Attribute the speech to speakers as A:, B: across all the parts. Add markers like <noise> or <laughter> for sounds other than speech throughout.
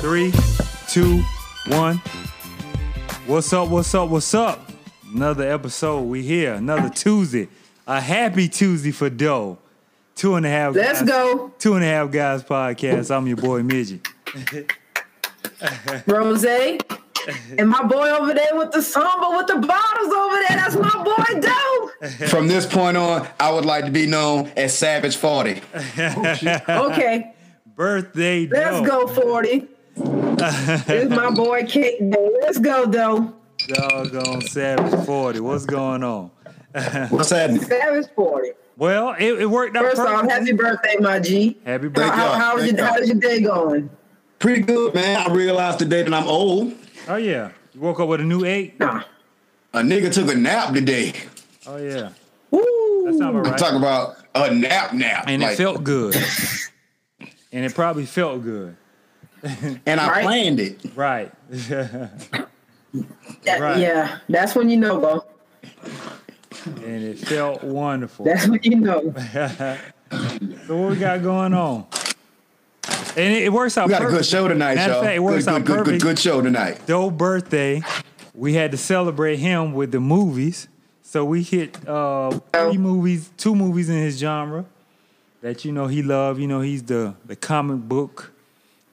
A: Three, two, one. What's up? What's up? What's up? Another episode. We here. Another Tuesday. A happy Tuesday for Doe. Two and a half.
B: Let's
A: guys,
B: go,
A: Two and a half guys podcast. I'm your boy Midget.
B: Rose. And my boy over there with the samba with the bottles over there. That's my boy Doe.
C: From this point on, I would like to be known as Savage 40.
B: Okay,
A: Birthday.
B: let's
A: Doe.
B: go, 40. It's my boy Kate Doe. Let's go, Doe.
A: Doggone Savage Forty. What's going on?
C: What's happening?
B: Savage 40.
A: Well, it, it worked out.
B: First off,
A: perfect.
B: happy birthday, my G.
A: Happy
B: How,
A: birthday.
C: Thank
B: how,
C: y'all.
B: how's
C: Thank
B: your,
C: y'all.
B: how's your day going?
C: Pretty good, man. I realized today that I'm old.
A: Oh yeah. You woke up with a new eight.
B: Nah.
C: A nigga took a nap today.
A: Oh yeah.
B: Woo.
A: That sounds
C: I'm
A: alright.
C: talking about a nap nap.
A: And
C: Like,
A: it felt good. and it probably felt good.
C: and I
B: Right.
C: planned it.
A: Right.
B: That-
A: right.
B: Yeah, that's when you know, though.
A: and it felt wonderful.
B: That's when you know.
A: so what we got going on? And it, it works out.
C: We got a
A: perfect.
C: good show tonight,
A: Matter of
C: y'all.
A: fact, it works
C: good,
A: out
C: good, good,
A: perfect.
C: good, good show tonight.
A: Doe birthday. We had to celebrate him with the movies. So we hit uh
C: Oh.
A: three movies, two movies in his genre that you know he loved. You know, he's the the comic book,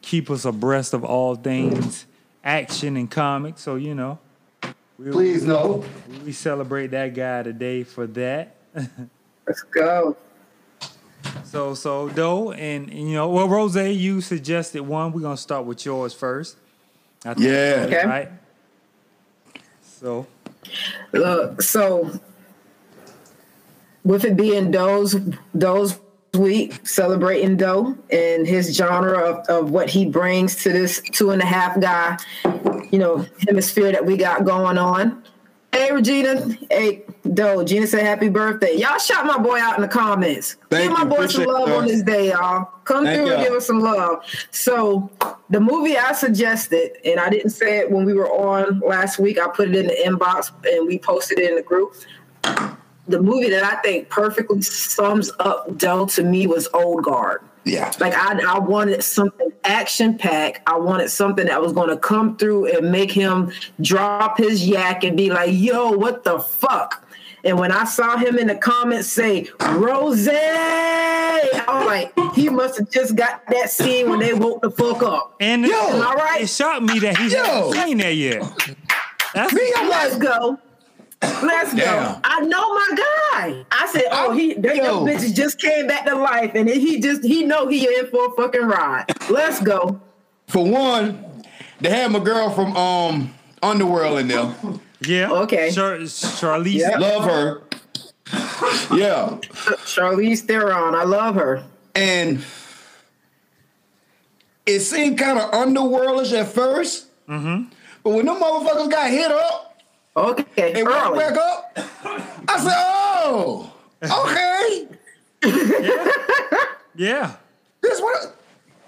A: keep us abreast of all things, action and comics. So, you know,
C: Please no.
A: we celebrate that guy today for that.
B: Let's go.
A: So so Doe and, and, you know, well Rose, you suggested one. We're gonna start with yours first. I think-
C: Yeah.
B: Okay.
A: Right. So
B: Look, so with it being Doe's Doe's week, celebrating Doe and his genre of, of what he brings to this two and a half guy, you know, hemisphere that we got going on. Hey Regina, hey Doe, Gina said happy birthday. Y'all shout my boy out in the comments.
C: Thank
B: give my
C: you.
B: boy some
C: Appreciate
B: love
C: that.
B: on this day, y'all. Come
C: Thank
B: through and
C: y'all.
B: give us some love. So the movie I suggested, and I didn't say it when we were on last week. I put it in the inbox and we posted it in the group. The movie that I think perfectly sums up Dell to me was Old Guard.
C: Yeah.
B: Like I, I wanted something action packed. I wanted something that was going to come through and make him drop his yak and be like, "Yo, what the fuck." And when I saw him in the comments say "Rose," I'm like, he must have just got that scene when they woke the fuck up.
A: And
C: Yo!
A: it,
B: All right.
A: it shocked me that he
C: Yo!
A: hasn't seen that yet. That's
C: Me, I'm
B: Let's
C: like,
B: go. Let's go.
C: Damn.
B: I know my guy. I said, oh, he they
C: Yo.
B: them bitches just came back to life, and he just he know he in for a fucking ride. Let's go.
C: for one, they had my girl from um Underworld in there.
A: yeah.
B: Okay.
A: Char- Charlize.
B: Yeah.
C: Love her. Yeah.
B: Charlize Theron. I love her.
C: and it seemed kind of underworldish at 1st
A: Mm-hmm.
C: But when them motherfuckers got hit up
B: Okay,
C: and woke
B: early.
C: back up, I said, "Oh, okay,
A: Yeah.
C: this what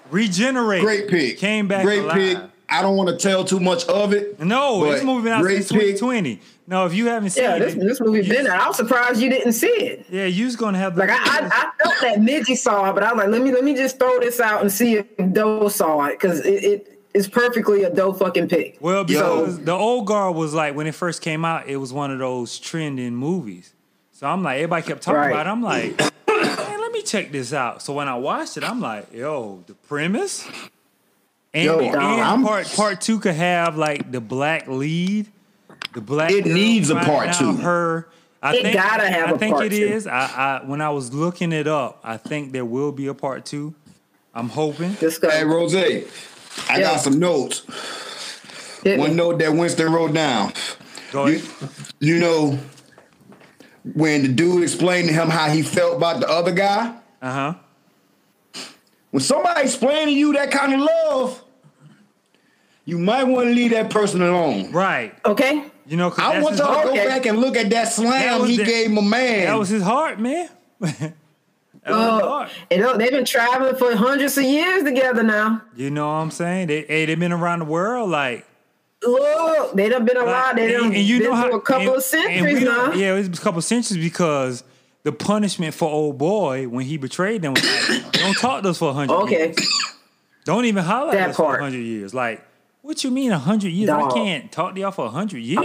A: Regenerate.
C: great pick,
A: Came back
C: great
A: alive.
C: pick." I don't want to tell too much of it.
A: No,
C: but
A: it's moving out
C: great
A: since
C: pick.
A: 2020. No, if you haven't seen
B: Yeah, this,
A: it,
B: this movie
A: you,
B: been out. I was surprised you didn't see it.
A: Yeah, you's gonna have the.
B: Like I, I, I felt that Midgey saw it, but I was like, let me let me just throw this out and see if Doe saw it because it, it is perfectly a Doe fucking pick.
A: well, because
C: Yo.
A: the old guard was like when it first came out, it was one of those trending movies. So I'm like, everybody kept talking
B: Right.
A: about. it. I'm like, man, let me check this out. So when I watched it, I'm like, yo, the premise. And,
C: Yo,
A: and
C: I'm-
A: part part two could have like the black lead, the black.
C: It
A: girl
C: needs a
A: finding
C: part
A: out
C: two.
A: Her, I
B: It
A: think,
B: gotta have
A: I
B: a
A: think
B: part
A: it
B: two.
A: is. I, I when I was looking it up, I think there will be a part two. I'm hoping.
B: Let's go.
C: Hey, Rose, I
B: Yeah.
C: got some notes.
B: Hit me.
C: One note that Winston wrote down.
A: Go
C: You,
A: ahead.
C: you know, when the dude explained to him how he felt about the other guy,
A: Uh huh.
C: When somebody explaining to you that kind of love, you might want to leave that person alone.
A: Right.
B: Okay,
A: You know, 'cause
C: I
A: that's
C: want
A: his
C: y'all to
A: heart.
C: go
B: Okay.
C: back and look at that
A: That
C: slam
A: was
C: he
A: the-
C: gave my man.
A: That was his heart, man. <laughs> that was his heart.
B: and uh, they've been traveling for hundreds of years together now.
A: You know what I'm saying? They, hey, they've been around the world, like
B: Look, they done been alive. They done been through a couple
A: and- and
B: of
A: we
B: centuries
A: don't-
B: now.
A: Yeah, it was a couple of centuries because the
B: <coughs>
A: punishment for old boy when he betrayed them was like, don't talk to us for a hundred.
B: Okay,
A: years. Don't even holler
B: That
A: at us for
B: part.
A: hundred years. Like, what you mean hundred years? I
B: Dog. Oh.
A: can't talk to y'all for hundred years.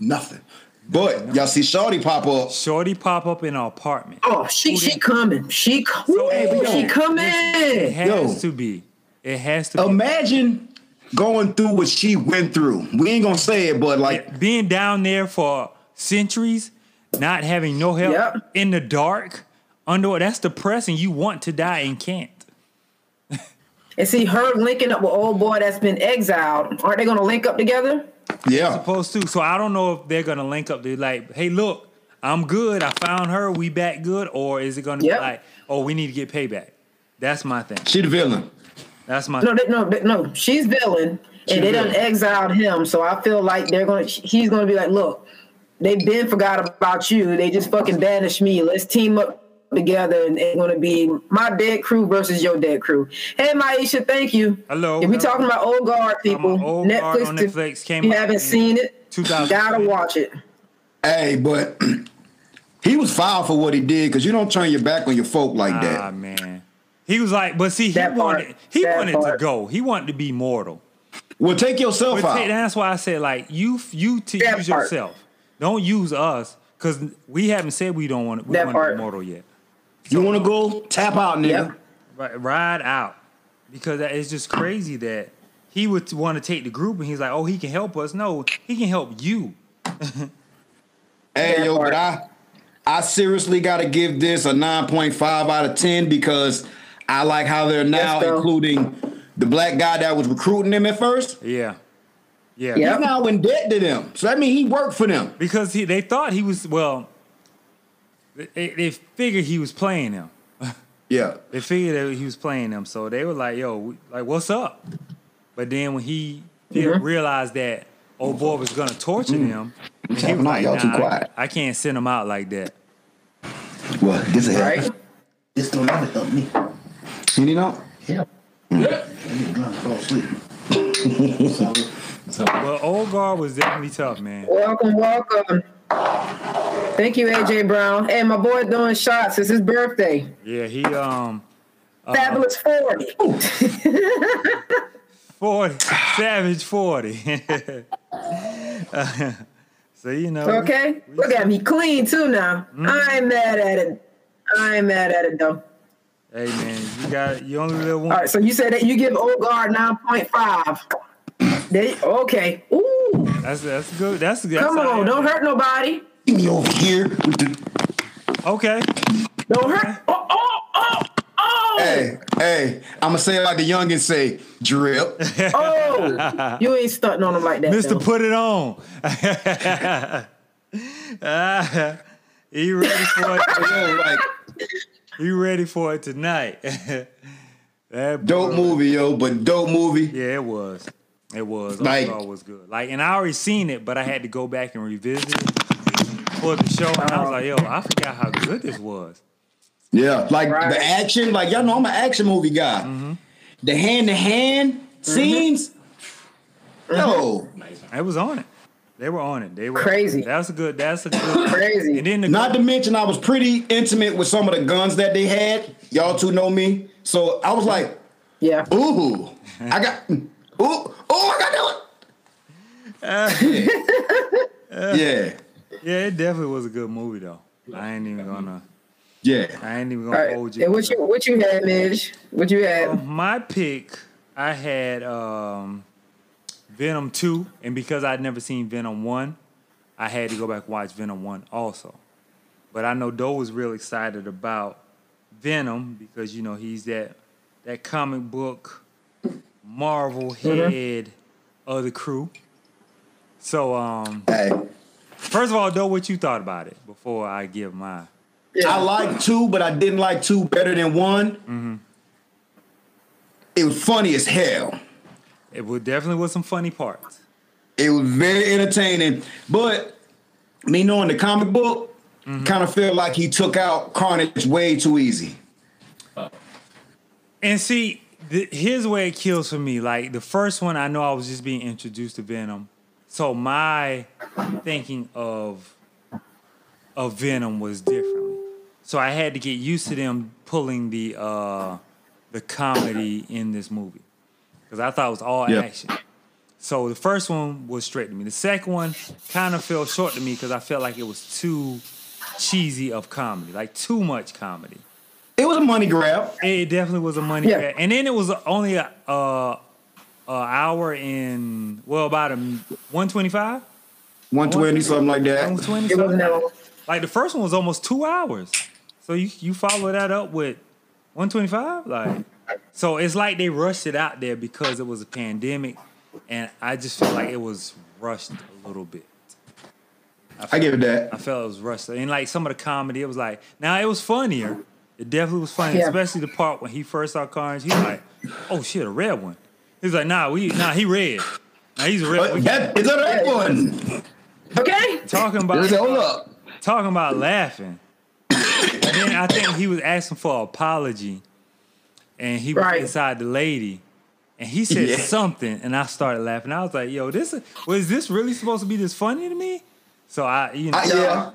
C: Nothing. But y'all see Shawty pop up.
A: Shorty pop up in our apartment.
B: Oh, she she coming. She co- Woo,
A: hey, we
B: she
C: don't-
B: coming.
A: It has
C: Yo.
A: to be. It has
B: Oh,
A: to be.
C: Imagine going through what she went through. We ain't gonna say it, but like
A: Being down there for centuries, not having no help,
B: Yep.
A: in the dark, under that's depressing. You want to die and can't.
B: And see her linking up with old boy that's been exiled. Aren't they gonna link up together?
C: yeah.
A: Supposed to. So I don't know if they're gonna link up. They're like, hey, look, I'm good. I found her. We back good. Or is it gonna
B: Yep.
A: be like, oh, we need to get payback. That's my thing.
C: She the villain.
A: That's my
B: No, they, no, they, no. She's villain, and they done
C: villain.
B: exiled him. So I feel like they're gonna. He's gonna be like, look, they've been forgot about you. They just fucking banished me. Let's team up together, and it's gonna be my dead crew versus your dead crew. Hey, Maisha, thank you.
A: Hello.
B: If we talking about old guard people,
A: an old guard
B: Netflix.
A: on
B: if
A: Netflix came
B: you
A: out in
B: haven't seen it,
A: 2000.
B: gotta watch it.
C: Hey, but <clears throat> he was foul for what he did because you don't turn your back on your folk like
A: Ah
C: that.
A: man. He was like, but see, he
B: That part.
A: wanted he
B: That
A: wanted to
B: part.
A: go. He wanted to be mortal.
C: Well, take yourself
A: But ta-
C: out.
A: that's why I said like you you to
B: That
A: use
B: part.
A: yourself. Don't use us because we haven't said we don't want we
B: That
A: want to
B: part.
A: be mortal yet.
C: You want to go tap out, nigga.
A: Right, ride out because it's just crazy that he would want to take the group and he's like, oh, he can help us. No, he can help you.
C: Hey,
B: That
C: yo,
B: part.
C: but I, I seriously got to give this a nine point five out of ten because I like how they're now
B: sir.
C: including the black guy that was recruiting them at first.
A: Yeah, yeah.
B: Yep.
C: He's now in debt to them, so that means he worked for them.
A: Because he, they thought he was well. They, they figured he was playing him.
C: Yeah.
A: They figured that he was playing them, so they were like, "Yo, we- like, what's up?" But then when he did
B: Mm-hmm.
A: realized that old boy was gonna torture them, and he
C: Tough
A: was like,
C: night, y'all too
A: "Nah,
C: quiet."
A: I can't send them out like that.
C: Well, this is
B: Right?
D: This don't ever help me.
C: You know.
D: Yeah. I'm gonna fall asleep. <laughs>
A: Well, old guard was definitely tough, man.
B: Welcome, welcome. Thank you, AJ Brown. Hey, my boy doing shots. It's his birthday.
A: Yeah, he um
B: Fabulous 40.
A: forty <sighs> savage forty. <laughs> so you know,
B: Okay. Look at me clean too now.
A: Mm-hmm.
B: I ain't mad at it. I ain't mad at it though.
A: hey man, you got you only live
B: All
A: one.
B: right, so you said that you give Old Guard 9.5. They, okay. Ooh,
A: That's that's good. That's good.
B: come
A: That's how I
B: on.
A: am.
B: Don't hurt nobody.
C: Get me over here with the
A: Okay,
B: Don't hurt. Oh, oh, oh, oh,
C: hey, hey. I'ma say it like the youngin say, drip.
B: oh. You ain't stunting on them like that.
A: Mister,
B: though.
A: put it
B: <laughs>
A: on. Ah, he ready for it.
C: Yo, like
A: You ready for it tonight? <laughs> that
C: dope
A: boy-
C: movie, yo, but dope movie.
A: Yeah, it was. It was.
C: Like-
A: Overall was good. Like, and I already seen it, but I had to go back and revisit it for the show, and I was like, "Yo, I forgot how good this was."
C: Yeah, like
B: Right.
C: the action, like y'all know I'm an action movie guy. The hand to hand scenes. No,
A: It was on it. They were on it. They were
B: Crazy.
A: That's a good. That's a good.
B: Crazy.
A: And then the
C: not to mention I was pretty intimate with some of the guns that they had. Y'all two know me, so I was like,
B: Yeah.
C: ooh, I got, ooh, ooh, I got that one. <laughs> yeah,
A: yeah, it definitely was a good movie though. I ain't even gonna.
C: yeah.
A: I ain't even
B: All
A: gonna
B: right.
A: hold you.
B: And what you what you had, Midge? What you
A: Well,
B: had?
A: my pick, I had um, Venom 2, and because I'd never seen Venom 1, I had to go back and watch Venom 1 also. But I know Doe was real excited about Venom because, you know, he's that, that comic book Marvel head of the crew. So, um,
C: Hey,
A: first of all, Doe, what you thought about it before I give my.
C: I like two, but I didn't like two better than one. It was funny as hell.
A: It was definitely was some funny parts.
C: It was very entertaining, but me knowing the comic book, kind of feel like he took out Carnage way too easy.
A: And see, th- here's where it kills for me. Like the first one, I know I was just being introduced to Venom, so my thinking of of Venom was different. So I had to get used to them pulling the uh, the comedy in this movie. because I thought it was all
C: Yeah.
A: action. So the first one was straight to me. The second one kind of fell short to me because I felt like it was too cheesy of comedy, like too much comedy.
C: It was a money grab.
A: It definitely was a money
B: Yeah.
A: grab. And then it was only a, uh, a hour in well about a one twenty five.
C: 120, something like
A: One
C: that.
A: twenty.
B: It wasn't that long.
A: Like the first one was almost two hours. So you you follow that up with 125? Like so it's like they rushed it out there because it was a pandemic and I just felt like it was rushed a little bit.
C: I give it
A: I
C: that.
A: felt it was rushed. And like some of the comedy, it was like now it was funnier. It definitely was funny,
B: Yeah.
A: especially the part when he first saw Carnes, he's like, Oh shit, a red one. He's like, nah, we nah, he red. Nah, he's a red.
C: But
A: We
C: that is a red one.
B: Okay.
A: talking about
C: Just say, hold up.
A: talking about laughing. and then I think he was asking for an apology, and he was
B: Right.
A: inside the lady, and he said
C: Yeah.
A: something, and I started laughing. I was like, "Yo, this was this really supposed to be this funny to me?" So I, you know,
C: I, yeah.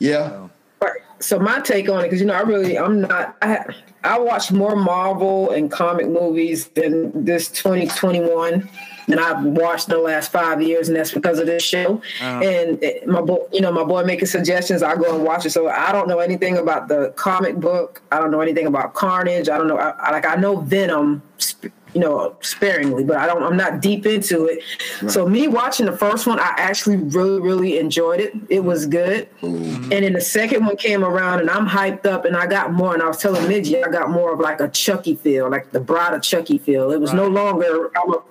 C: Yeah.
B: Right. So my take on it, because you know, I really, I'm not. I ha- I watched more Marvel and comic movies than this 2021, and I've watched the last five years, and that's because of this show. And it, my boy, you know, my boy making suggestions, I go and watch it. So I don't know anything about the comic book. I don't know anything about Carnage. I don't know. I, I- like I know Venom. Sp- you know, sparingly, but I don't. I'm not deep into it. So me watching the first one, I actually really, really enjoyed it. It was good. And then the second one came around, and I'm hyped up, and I got more. And I was telling Midgie, I got more of like a Chucky feel, like the Bride of Chucky feel. It was no longer I'm a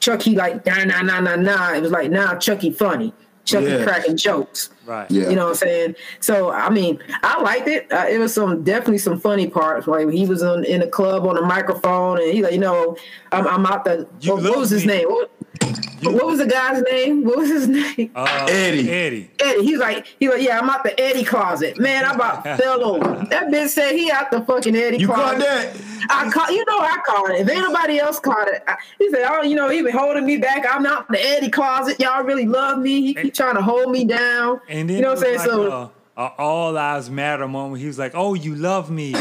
B: Chucky like nah nah nah nah nah. It was like nah Chucky funny, Chucky
C: Yeah.
B: cracking jokes.
A: right?
C: Yeah.
B: You know what I'm saying? So I mean, I liked it. Uh, it was some definitely some funny parts. Like he was on in a club on a microphone, and he like you know I'm, I'm out the
A: You
B: what, what was
A: love
B: his
A: me.
B: name? What, what was the guy's name? What was his <laughs> name?
A: Uh,
C: Eddie.
A: Eddie,
B: Eddie. He's like, he like, yeah, I'm out the Eddie closet. Man,
A: <laughs>
B: I about fell over. That bitch said he out the fucking Eddie
C: You
B: closet.
C: caught that?
B: I caught, you know, I caught it. If anybody else caught it, I, he said, oh, you know, he been holding me back. I'm out the Eddie closet. Y'all really love me. He keep trying to hold me down.
A: and then
B: you know what I'm saying?
A: it was
B: so,
A: like uh, a- a all lives matter moment. He was like, "Oh, you love me.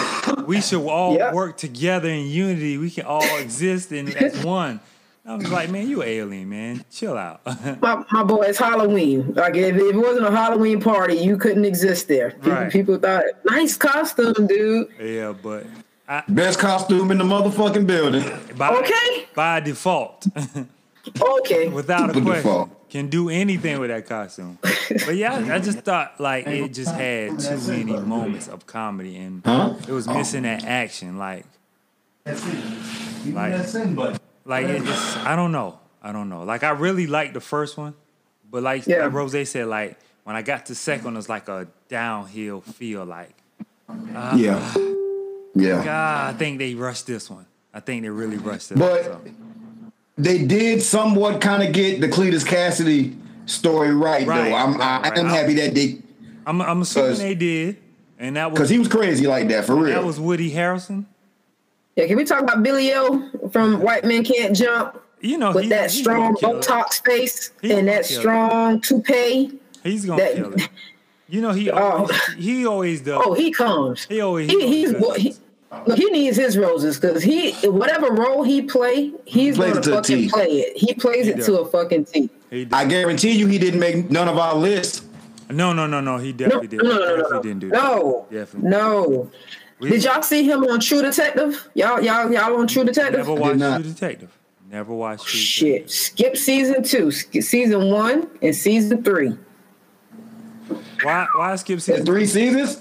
A: We should all
B: Yeah.
A: work together in unity. We can all exist in
B: <laughs>
A: as one." I was like, "Man, you alien, man. Chill out." <laughs>
B: my, my boy, it's Halloween. Like if, if it wasn't a Halloween party, you couldn't exist there. People,
A: Right.
B: people thought, nice costume, dude.
A: yeah, but
C: Best costume in the motherfucking building.
A: by,
B: Okay.
A: by default, <laughs>
B: Okay.
A: without a
C: By
A: question,
C: default.
A: can do anything with that costume. But yeah, I- I just thought like it just had too many moments of comedy and
C: Huh?
A: it was missing that action. Like,
D: That's it. Give
A: Like-
D: me that send button.
A: like it just I don't know, I don't know. Like I really liked the first one, but like,
B: Yeah.
A: like Rose said, like when I got to second, one, it was like a downhill feel. Like
C: yeah. Yeah.
A: God, I think they rushed this one. I think they really rushed this.
C: But-
A: one, so.
C: They did somewhat kind of get the Cletus Cassidy story right,
A: Right,
C: though. I'm
A: right,
C: I am
A: right.
C: happy that they
A: I'm I'm assuming
C: 'Cause-
A: they did, and that
C: because
A: was
C: he was crazy like that for real.
A: that was Woody Harrelson.
B: Yeah, can we talk about Billy O from White Men Can't Jump?
A: You know,
B: with
A: he-
B: that
A: he's
B: strong
A: gonna kill it.
B: Botox face
A: He
B: and
A: gonna
B: that
A: kill it.
B: strong toupee.
A: He's gonna
B: that-
A: kill it. You know, he
B: Oh.
A: always, he always does.
B: Oh, he comes.
A: He always-
B: he, he's
A: he always
B: he, look, he needs his roses because he whatever role he play, he's
C: Plays
B: gonna
C: it to a
B: fucking
C: T.
B: play it. He plays
A: He
B: it
A: does.
B: to a fucking T.
A: He did.
C: I guarantee you, he didn't make none of our lists.
A: no, no, no, no. He
B: No,
A: definitely did.
B: no, no, no,
A: definitely
B: no,
A: didn't do that.
B: no,
A: Definitely.
B: no. Did y'all see him on True Detective? Y'all, y'all, y'all on True Detective?
A: Never watched
C: not.
A: True Detective. Never watched True
B: Shit, skip season two, skip season one, and season three.
A: Detective. Why? Why skip
C: That's
A: season?
C: three seasons.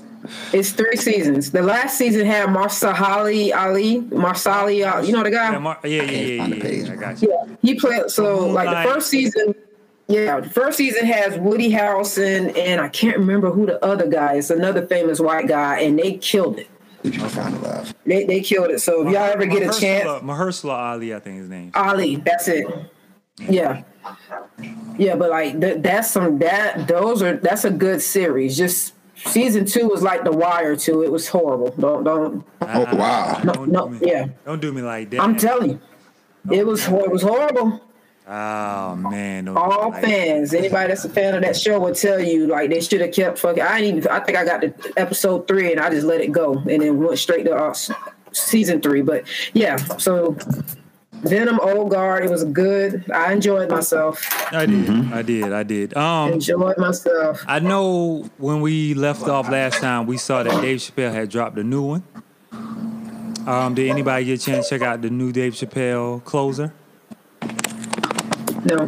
B: It's three seasons. The last season had Marsahali Ali, Marsali, uh, you know the guy.
A: Yeah, Mar- yeah, yeah, yeah,
C: find the
A: yeah,
C: page.
A: yeah, I got you.
B: Yeah, he played. So like
A: Moonlight.
B: the first season, yeah, the first season has Woody Harrelson and I can't remember who the other guy is. Another famous white guy, and they killed it.
C: If you can find it live.
B: They they killed it. So if y'all ever get a
A: Mahershala-
B: chance,
A: Mahershala Ali, I think his name.
B: Ali, that's it. Yeah. Yeah, but like th- that's some that those are that's a good series. Just season two was like the wire to it was horrible. Don't don't
C: Oh wow.
B: Uh, no,
A: Don't
B: no
A: do me,
B: yeah.
A: Don't do me like that.
B: I'm telling you. It was hor- it was horrible.
A: oh man. Don't do me
B: All
A: like that.
B: fans, anybody that's a fan of that show will tell you like they should have kept fucking. I didn't even. I think I got to episode three and I just let it go and then went straight to uh, s- season three. But yeah, so Venom Old Guard. It was good. I enjoyed myself.
A: I did.
C: Mm-hmm.
A: I did. I did. Um,
B: Enjoyed myself.
A: I know when we left off last time, we saw that Dave Chappelle had dropped a new one. Um, did anybody get a chance to check out the new Dave Chappelle closer?
B: No.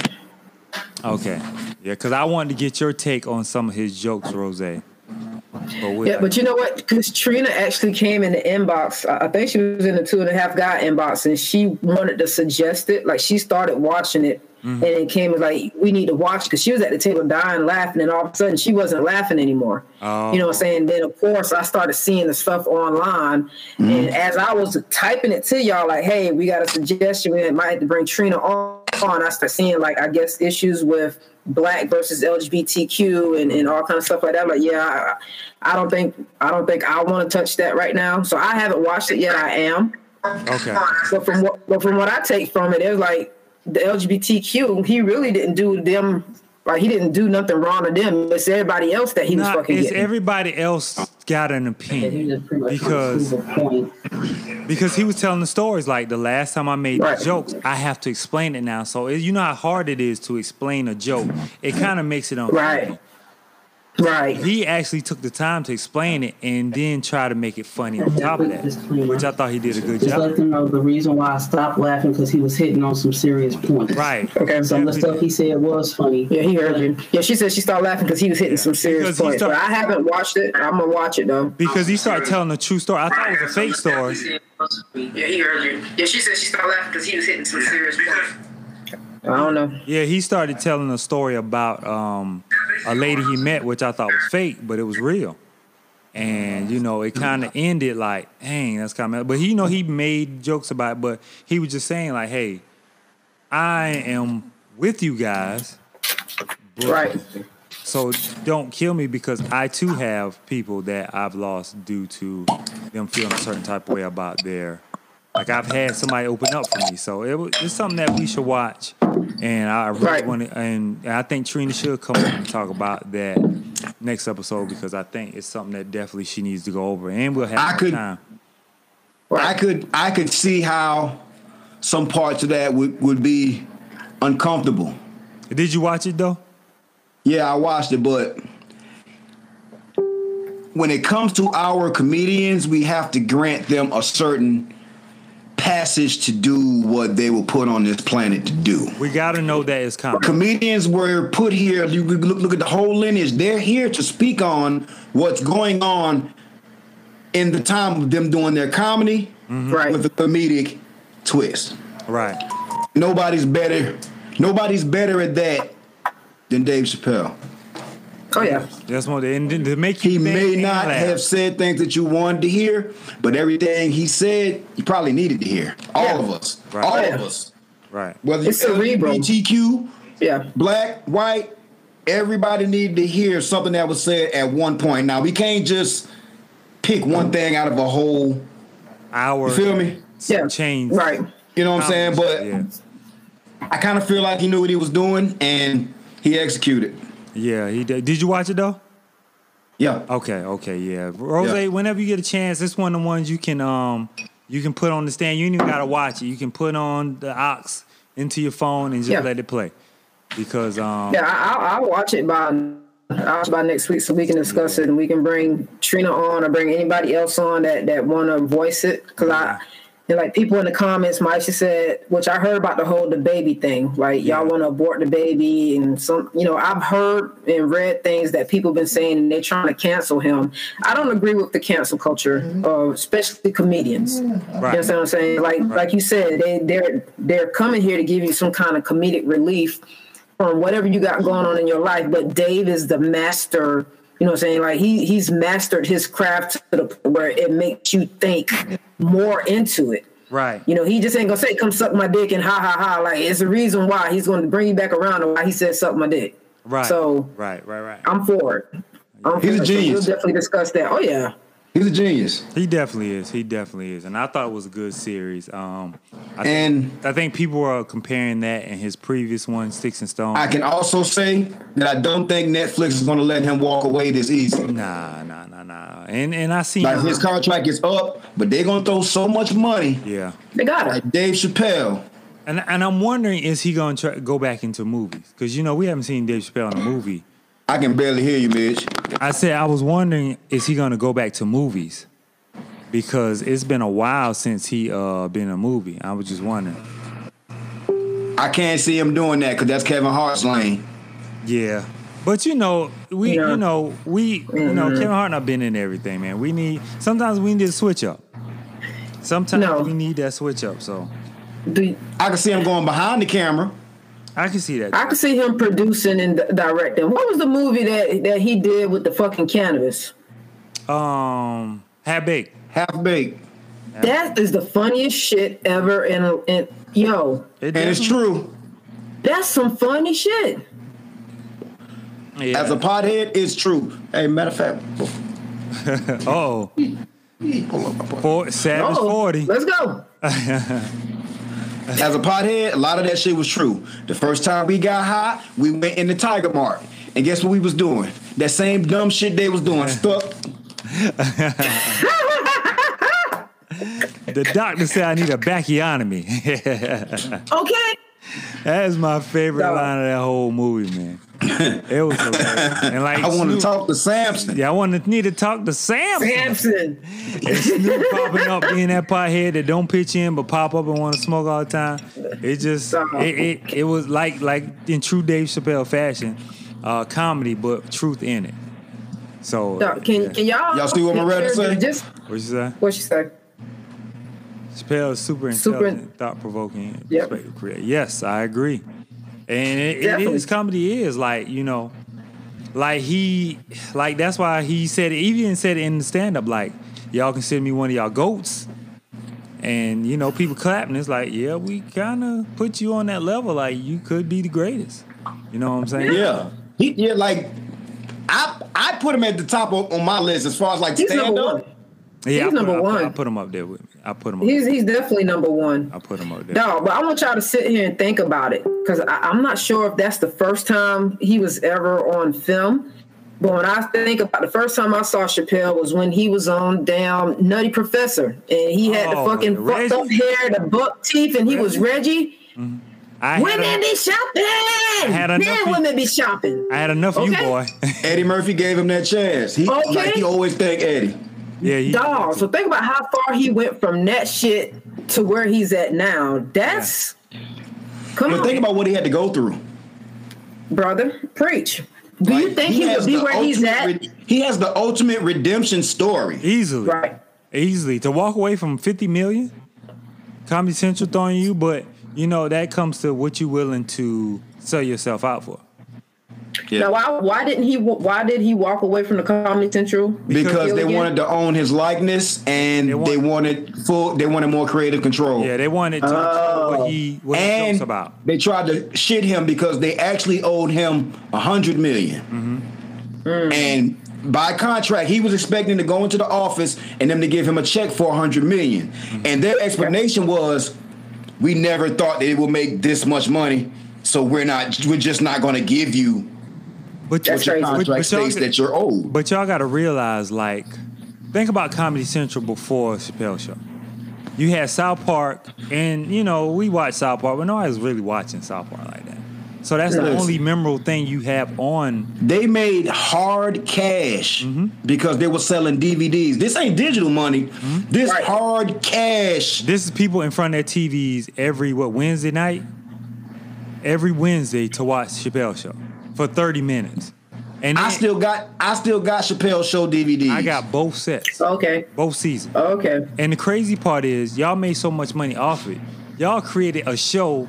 A: Okay. Yeah, because I wanted to get your take on some of his jokes, Rose. But we,
B: Yeah, but you know what? Because Trina actually came in the inbox. I I think she was in the two and a half guy inbox, and she wanted to suggest it. Like she started watching it, and it came like we need to watch because she was at the table dying laughing, and all of a sudden she wasn't laughing anymore. You know what I'm saying? Then of course I started seeing the stuff online, and as I was typing it to y'all, like, hey, we got a suggestion. We might have to bring Trina on. I started seeing like I guess issues with black versus LGBTQ and, and all kind of stuff like that. I'm like, yeah, I, I don't think I don't think I want to touch that right now. So I haven't watched it yet. I am,
A: okay.
B: but from what but from what I take from it, it was like the LGBTQ. He really didn't do them like he didn't do nothing wrong to them. It's everybody else that he was
A: Nah,
B: fucking
A: it's
B: getting.
A: everybody else got an opinion because
E: point.
A: because he was telling the stories like the last time I made
B: Right.
A: the jokes, I have to explain it now. So it, you know how hard it is to explain a joke. It kind of makes it unfair.
B: right, right.
A: He actually took the time to explain it and then try to make it funny on top of that, which I thought he did a good
E: Just
A: job.
E: let them know the reason why I stopped laughing because he was hitting on some serious points.
A: Right.
B: Okay, so
E: Some of the stuff he said was funny.
B: Yeah, he heard you. Yeah, she said she started laughing because he was hitting some serious
A: Because he
B: points.
A: start-
B: but I haven't watched it. I'm gonna watch it though.
A: Because he started telling a true story. I thought it was a fake story.
B: Yeah, he heard you. Yeah, she said she started laughing because he was hitting some serious points. I don't know.
A: Yeah, he started telling a story about um, a lady he met, which I thought was fake, but it was real. And you know, it kind of ended like, dang, that's kind of. But he, you know, he made jokes about, it, but he was just saying like, hey, I am with you guys, but-
B: Right.
A: So don't kill me because I too have people that I've lost due to them feeling a certain type of way about their. Like I've had somebody open up for me, so it, wa- it's something that we should watch. And I really
B: Right.
A: want to, and and I think Trina should come up and talk about that next episode because I think it's something that definitely she needs to go over, and we'll have
C: I
A: more
C: could-
A: time.
C: I could I could see how some parts of that would, would be uncomfortable.
A: Did you watch it though?
C: Yeah, I watched it, but when it comes to our comedians, we have to grant them a certain passage to do what they were put on this planet to do.
A: We got to know that it's coming.
C: Comedians were put here. You could look look at the whole lineage. They're here to speak on what's going on in the time of them doing their comedy
B: Right.
C: with a comedic twist.
A: Right.
C: Nobody's better. Nobody's better at that than Dave Chappelle.
B: oh yeah.
A: That's one. And then to make you
C: He
A: think
C: may
A: and
C: not
A: laugh.
C: have said things that you wanted to hear, but everything he said, you probably needed to hear. All
B: Yeah.
C: of us.
A: Right.
C: All
B: Yeah.
C: of us.
A: Right.
C: Whether
B: It's cerebral.
C: LGBTQ,
B: Yeah.
C: black, white, everybody needed to hear something that was said at one point. Now, we can't just pick one thing out of a whole,
A: Our
C: you feel me?
B: Yeah.
A: change.
B: Right.
C: You know what I'm saying? But
A: yeah.
C: I kind of feel like he knew what he was doing and he executed.
A: Yeah, he did. Did you watch it though?
C: Yeah.
A: Okay, okay, yeah. Rose,
C: Yeah.
A: whenever you get a chance, it's one of the ones you can um you can put on the stand. You ain't even gotta watch it. You can put on the ox into your phone and just
B: Yeah.
A: let it play. Because um
B: Yeah. I, I'll, I'll watch it by I'll watch it by next week so we can discuss it and we can bring Trina on or bring anybody else on that that want to voice it because I. And like people in the comments, Maisha said, which I heard about the whole the baby thing. Like y'all want to abort the baby, and some, you know, I've heard and read things that people been saying, and they're trying to cancel him. I don't agree with the cancel culture, uh, especially comedians.
A: Right.
B: You understand what I'm saying? Like like you said, they they're they're coming here to give you some kind of comedic relief from whatever you got going on in your life. But Dave is the master. You know what I'm saying? Like he he's mastered his craft to the point where it makes you think more into it.
A: right.
B: You know, he just ain't gonna say, "Come suck my dick" and ha ha ha. Like it's a reason why he's gonna bring you back around to why he said suck my dick.
A: right.
B: So
A: right, right, right.
B: I'm for it. I'm for
C: He's a
B: it. So
C: genius.
B: We'll definitely discuss that. Oh yeah,
C: He's a genius.
A: He definitely is. He definitely is. And I thought it was a good series. Um I think,
C: And
A: I think people are comparing that and his previous one, Sticks and Stones.
C: I can also say that I don't think Netflix is going to let him walk away this easy.
A: nah, nah, nah, nah. And and I seen
C: Like his contract is up, but they're going to throw so much money
A: Yeah.
B: they got it.
C: at Dave Chappelle
A: And and I'm wondering is he gonna try, go back into movies? Because you know we haven't seen Dave Chappelle in a movie.
C: I can barely hear you, Midge.
A: I said I was wondering is he gonna go back to movies? Because it's been a while since he uh been in a movie. I was just wondering.
C: I can't see him doing that because that's Kevin Hart's lane.
A: Yeah. But you know, we
B: Yeah. Mm-hmm.
A: you know, we you know, Kevin Hart not been in everything, man. We need sometimes we need to switch up. Sometimes
B: No.
A: we need that switch up. So
B: Do,
C: I can see him going behind the camera.
A: I can see that.
B: I could see him producing and di- directing. What was the movie that that he did with the fucking cannabis?
A: um half baked.
C: half baked.
B: That is the funniest shit ever. And in, yo,
A: It
C: And it's
A: definitely-
C: true.
B: that's some funny shit.
A: Yeah.
C: As a pothead, it's true. Hey, matter of fact,
A: oh.
C: hold on, my boy.
A: Four, Savage
B: Oh,
A: 40.
B: let's go.
C: as a pothead, a lot of that shit was true. The first time we got high, we went in the Tiger Mart, and guess what we was doing? That same dumb shit they was doing. Stuck.
A: The doctor said I need a backiotomy.
B: Okay.
A: <laughs> That's my favorite
B: Dog.
A: line of that whole movie, man. It was hilarious. And like
C: I want to
A: Snoop-
C: talk to Samson.
A: Yeah, I want to need to talk to Sam.
B: Samson.
A: Snoop popping up being that pothead that don't pitch in but pop up and want to smoke all the time. It just
B: Dog.
A: it, it it was like like in true Dave Chappelle fashion, uh, comedy but truth in it. So
B: Dog, Can,
A: yeah.
B: can y'all
C: Y'all see what Moretta say?
B: Just
A: what you say?
B: what she said.
A: Chappelle is super
B: Super-
A: intelligent, thought provoking,
B: Yep.
A: perspective creator. Yes, I agree. And it, it
B: Definitely.
A: is comedy is like you know, like he, like that's why he said it. He even said it in the stand up. Like y'all consider me one of y'all goats, and you know people clapping. It's like yeah, we kind of put you on that level. Like you could be the greatest. You know what I'm saying?
C: Yeah, he, yeah, like I, I put him at the top of, on my list as far as like
B: He's
C: stand
B: number
C: up.
B: one.
A: yeah. I
B: He's
A: put,
B: number
A: I put- I
B: one.
A: put him up there with me. I put him. Up,
B: He's he's definitely number one.
A: I put him up there.
B: No, but I want y'all to sit here and think about it because I'm not sure if that's the first time he was ever on film. But when I think about the first time I saw Chappelle was when he was on damn Nutty Professor and he had
A: Oh,
B: the fucking
A: Reggie.
B: fucked up hair, the buck teeth, and he was Reggie.
A: I had,
B: Women
A: a,
B: be shopping.
A: had enough
B: Man,
A: of-
B: women be shopping.
A: I had enough of you,
B: Okay.
A: boy. <laughs>
C: Eddie Murphy gave him that chance. He
B: Okay.
C: like he always thanked Eddie.
A: yeah, he,
B: Dog. So think about how far he went from that shit to where he's at now. That's come
C: But
B: on,
C: think about what he had to go through.
B: brother. Preach. Do you
C: Like,
B: think he,
C: has
B: would be
C: the
B: where he's
C: ultimate
B: at?
C: re- he has the ultimate redemption story.
A: easily.
B: Right.
A: easily to walk away from 50 million comedy central throwing you but you know that comes to what you willing to sell yourself out for
C: Yeah.
B: Now, why why didn't he why did he walk away from the Comedy Central?
C: because they
B: Again?
C: wanted to own his likeness and
A: They
C: they,
A: want-
C: wanted full they wanted more creative control.
A: yeah they wanted to control what he what he
C: and
A: jokes about
C: they tried to shit him because they actually owed him a hundred
A: Mm-hmm.
B: Mm.
C: And by contract, he was expecting to go into the office and them to give him a check for a hundred million.
A: Mm-hmm.
C: And their explanation was, "We never thought that it would make this much money, so we're not we're just not going to give you
A: but,
B: That's
A: but-
B: crazy.
A: but-
C: contract
A: but y'all-
C: states that you're owed."
A: But y'all gotta realize, like, think about Comedy Central before Chappelle Show. You had South Park, and you know we watched South Park, but nobody's really watching South Park like that. So that's the
C: Yes.
A: only memorable thing you have on.
C: They made hard cash
A: Mm-hmm.
C: because they were selling DVDs. This ain't digital money.
A: Mm-hmm.
C: This
B: Right.
C: hard cash.
A: This is people in front of their TVs every what Wednesday night, every Wednesday to watch Chappelle Show for thirty minutes, and
C: I
A: then
C: still got I still got Chappelle show DVDs.
A: I got both sets,
B: Okay.
A: both seasons.
B: Okay.
A: And the crazy part is, y'all made so much money off it. Y'all created a show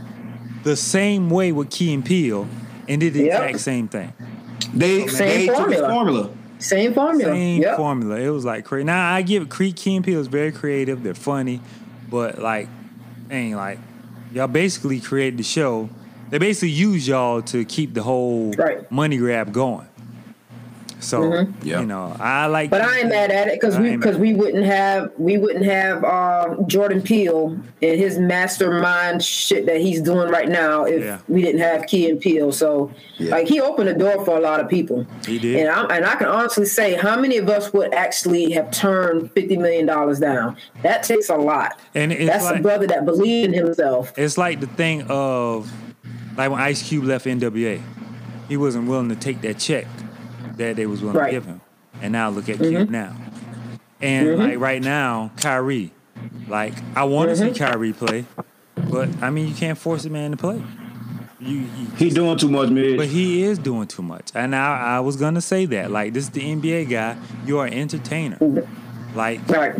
A: the same way with Key and Peele and did the
B: Yep.
A: exact same thing.
C: they
B: Same
C: they took his
B: formula.
C: formula.
B: Same formula.
A: Same
B: yep.
A: formula. It was like crazy. Now, I give Creek Key and Peele is very creative. They're funny, but like, ain't like, y'all basically created the show. They basically used y'all to keep the whole
B: Right. Mm-hmm.
A: money grab going. So
C: Yeah.
A: you know, I like.
B: But I ain't mad at it because
A: I
B: we
A: ain't
B: because we wouldn't have we wouldn't have uh, Jordan Peele and his mastermind shit that he's doing right now if
A: Yeah.
B: we didn't have Key and Peele. So
C: Yeah.
B: like he opened the door for a lot of people.
A: He did.
B: and I, and I can honestly say how many of us would actually have turned fifty million dollars down? That takes a lot.
A: And it's
B: That's
A: like-
B: a brother that believed in himself.
A: It's like the thing of like when Ice Cube left NWA, he wasn't willing to take that check that they was willing
B: Right.
A: to give him, and now look at Cube now. And like right now, Kyrie, like I want to see Kyrie play, but I mean you can't force a man to play. You, you
C: He doing too much, man.
A: but he is doing too much. And I, I was gonna say that like this is the NBA guy. You're an entertainer. Like,
B: Right.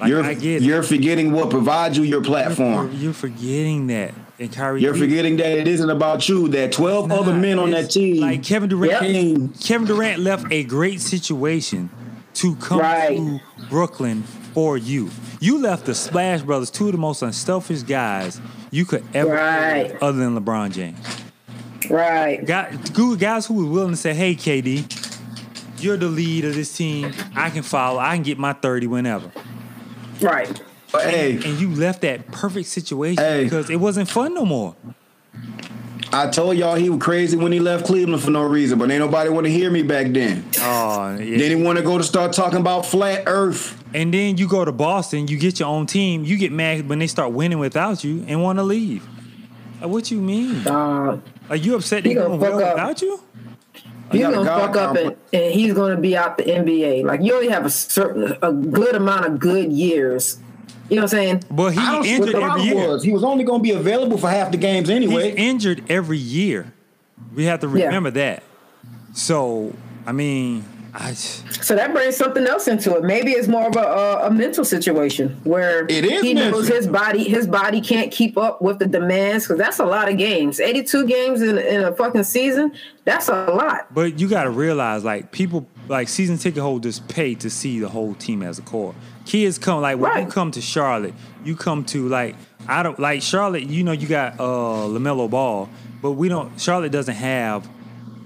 A: like
C: you're
A: I get it.
C: you're forgetting what provides you your
A: You're-
C: platform.
A: You're forgetting that. And Kyrie,
C: You're
A: Irving-
C: forgetting that it isn't about you. That twelve other
A: Nah,
C: men on
A: it's
C: that team.
A: Like Kevin Durant,
C: Yep.
A: Kevin Durant left a great situation to come
B: Right.
A: to Brooklyn for you. You left the Splash Brothers, two of the most unselfish guys you could ever,
B: Right.
A: other than LeBron James.
B: Right.
A: Guy- Google guys who were willing to say, "Hey, KD, you're the lead of this team. I can follow. I can get my thirty whenever."
B: Right.
C: But hey,
A: And you left that perfect situation
C: Hey.
A: because it wasn't fun no
C: <laughs>
A: more.
C: I told y'all he was crazy when he left Cleveland for no reason, but ain't nobody want to hear me back then.
A: Oh, yeah.
C: Then he want to go to start talking about flat Earth.
A: And then you go to Boston, you get your own team, you get mad when they start winning without you and want to leave. Like, what you mean?
B: Uh,
A: Are you upset they
B: He gonna
A: doing well
B: fuck up.
A: without you?
B: He's
C: got a
B: gonna
C: God
B: fuck up and,
C: complex.
B: and he's gonna be out the NBA. Like you only have a certain a good amount of good years. You know what I'm saying?
A: But
C: I don't
A: he
C: see what
A: injured
C: the
A: every
C: problem
A: year.
C: was. He was only going to be available for half the games
A: He's
C: anyway.
A: injured every year. We have to
B: Yeah.
A: remember that. So, I mean, I
B: So that brings something else into it. Maybe it's more of a, a, a mental situation where
C: It is
B: he knows
C: mental.
B: his body his body can't keep up with the demands because that's a lot of games. 82 games in, in a fucking season. That's a lot.
A: but you got to realize like people like season ticket holders pay to see the whole team as a core. Kids come like when
B: Right.
A: you come to Charlotte, you come to like I don't like Charlotte. You know you got uh Lamelo Ball, but we don't. Charlotte doesn't have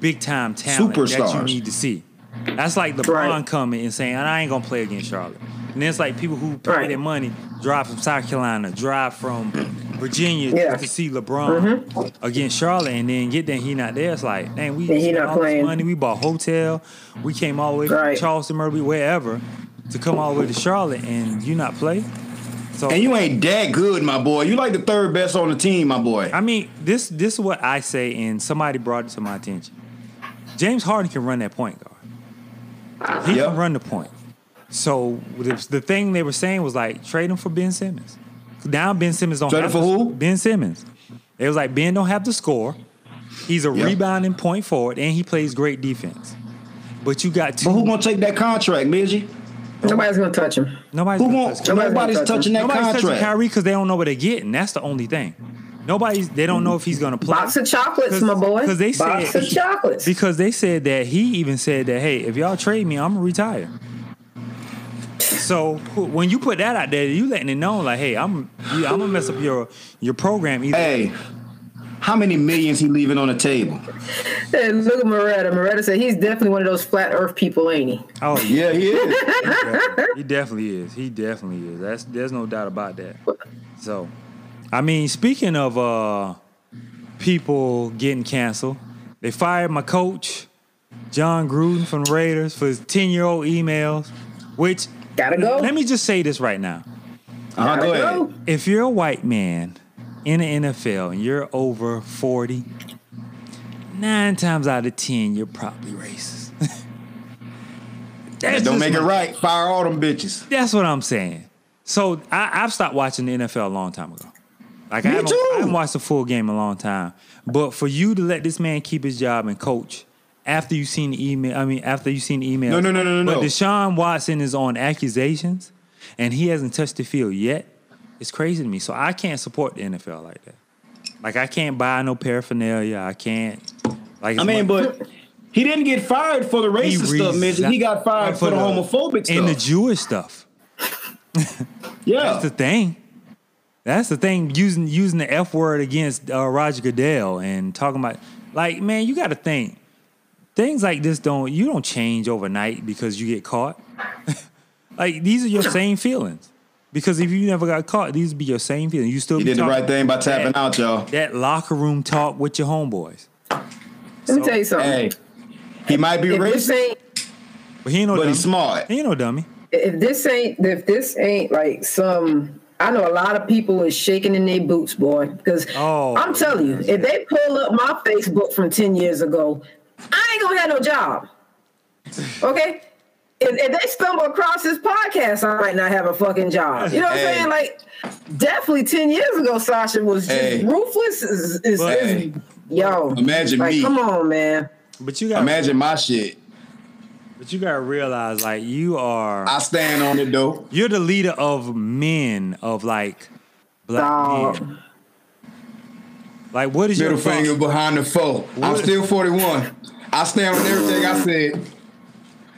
A: big time talent that you
C: Superstars.
A: need to see. That's like LeBron
B: Right.
A: coming and saying, "I ain't gonna play against Charlotte." And then it's like people who pay
B: Right.
A: their money drive from South Carolina, drive from Virginia
B: Yeah. Mm-hmm.
A: just to see LeBron against Charlotte, and then get there, he not there. It's like, dang, we
B: And he
A: spent
B: not
A: all this
B: playing.
A: money. We bought hotel. We came all the way
B: Right.
A: from Charleston, Murphy, wherever, to come all the way to Charlotte, and you not play. So
C: and you ain't that good, my boy. You like the third best on the team, my boy.
A: I mean, this this is what I say, and somebody brought it to my attention. James Harden can run that point guard. He
C: Yeah.
A: can run the point. So the, the thing they were saying was like trade him for Ben Simmons. Now Ben Simmons don't
C: Trade
A: have
C: him for
A: to-
C: who?
A: Ben Simmons. It was like Ben don't have to score. He's a
C: Yeah.
A: rebounding point forward, and he plays great defense. But you got two.
C: but who gonna take that contract, Midgie?
B: Nobody's gonna touch him.
A: nobody's
C: Who
A: gonna
C: won't?
A: touch him.
B: Nobody's
C: Nobody's,
B: gonna touch
C: touching that
A: Nobody's touching
C: contract.
A: Kyrie because they don't know what they're getting. That's the only thing. Nobody's. They don't know if he's gonna play.
B: Box of chocolates, my boy.
A: Because they
B: Box
A: said
B: of chocolates.
A: because they said that he even said that, hey, if y'all trade me, I'm gonna retire. So wh- when you put that out there, you letting it know like, hey, I'm you- I'm gonna mess up your your program either.
C: Hey, how many millions he leaving on the table?
B: Hey, look at Moretta. Moretta said he's definitely one of those flat earth people, ain't he?
A: Oh, he,
C: Yeah, he is.
A: he definitely is. He definitely is. That's there's no doubt about that. So, I mean, speaking of uh people getting canceled, they fired my coach, John Gruden from the Raiders for his ten year old emails, which
B: Gotta go.
A: Let me just say this right now.
C: uh,
B: Gotta
C: go ahead.
B: go.
A: If you're a white man in the NFL and you're over 40, nine times out of 10, you're probably racist. That's
C: Don't
A: just
C: make it
A: my-
C: right. Fire all them bitches.
A: That's what I'm saying. So I, I've stopped watching the NFL a long time ago. Like I
C: Me
A: haven't,
C: too.
A: I haven't watched a full game in a long time. But for you to let this man keep his job and coach after you seen the email, I mean after you seen the email.
C: No, no, no, no, no,
A: But
C: no.
A: Deshaun Watson is on accusations and he hasn't touched the field yet. It's crazy to me. So I can't support the NFL like that. Like I can't buy no paraphernalia. I can't like
C: I
A: it's
C: mean,
A: one-
C: but he didn't get fired for the
A: he
C: racist stuff, Midgie. He
A: resi-
C: got fired for the homophobic
A: and the
C: stuff.
A: Jewish stuff.
C: Yeah.
A: That's the thing. That's the thing. Using using the F word against uh, Roger Goodell and talking about like, man, you got to think. things like this don't you don't change overnight because you get caught. <laughs> like these are your same feelings. Because if you never got caught, these be your same feelings. You still
C: He
A: be
C: did the
A: talking
C: right thing by tapping
A: that-
C: out, y'all.
A: That locker room talk with your homeboys.
B: Let me tell you something.
C: Hey, he might be
B: if this
C: racist,
B: ain't
A: But he ain't no
C: but
A: dummy.
C: he's smart.
A: He ain't no dummy.
B: if this ain't if this ain't like some I know a lot of people is shaking in their boots, boy. Because
A: Oh,
B: I'm telling you, if they pull up my Facebook from 10 years ago, I ain't gonna have no job. Okay? If, if they stumble across this podcast, I might not have a fucking job. You know what
C: Hey.
B: I'm saying? Like, definitely 10 years ago, Sasha was just
C: Hey.
B: ruthless. Is, is,
A: But-
C: Hey.
B: yo,
C: Imagine
B: like,
C: me.
B: Come on, man.
A: But you got
C: Imagine my shit.
A: but you gotta realize like you are
C: I stand on it though.
A: you're the leader of men of like black
B: Dog.
A: men. Like what is
C: Middle
A: your thought-
C: finger behind the foe. I'm
A: What-
C: still 41. I stand on everything I said.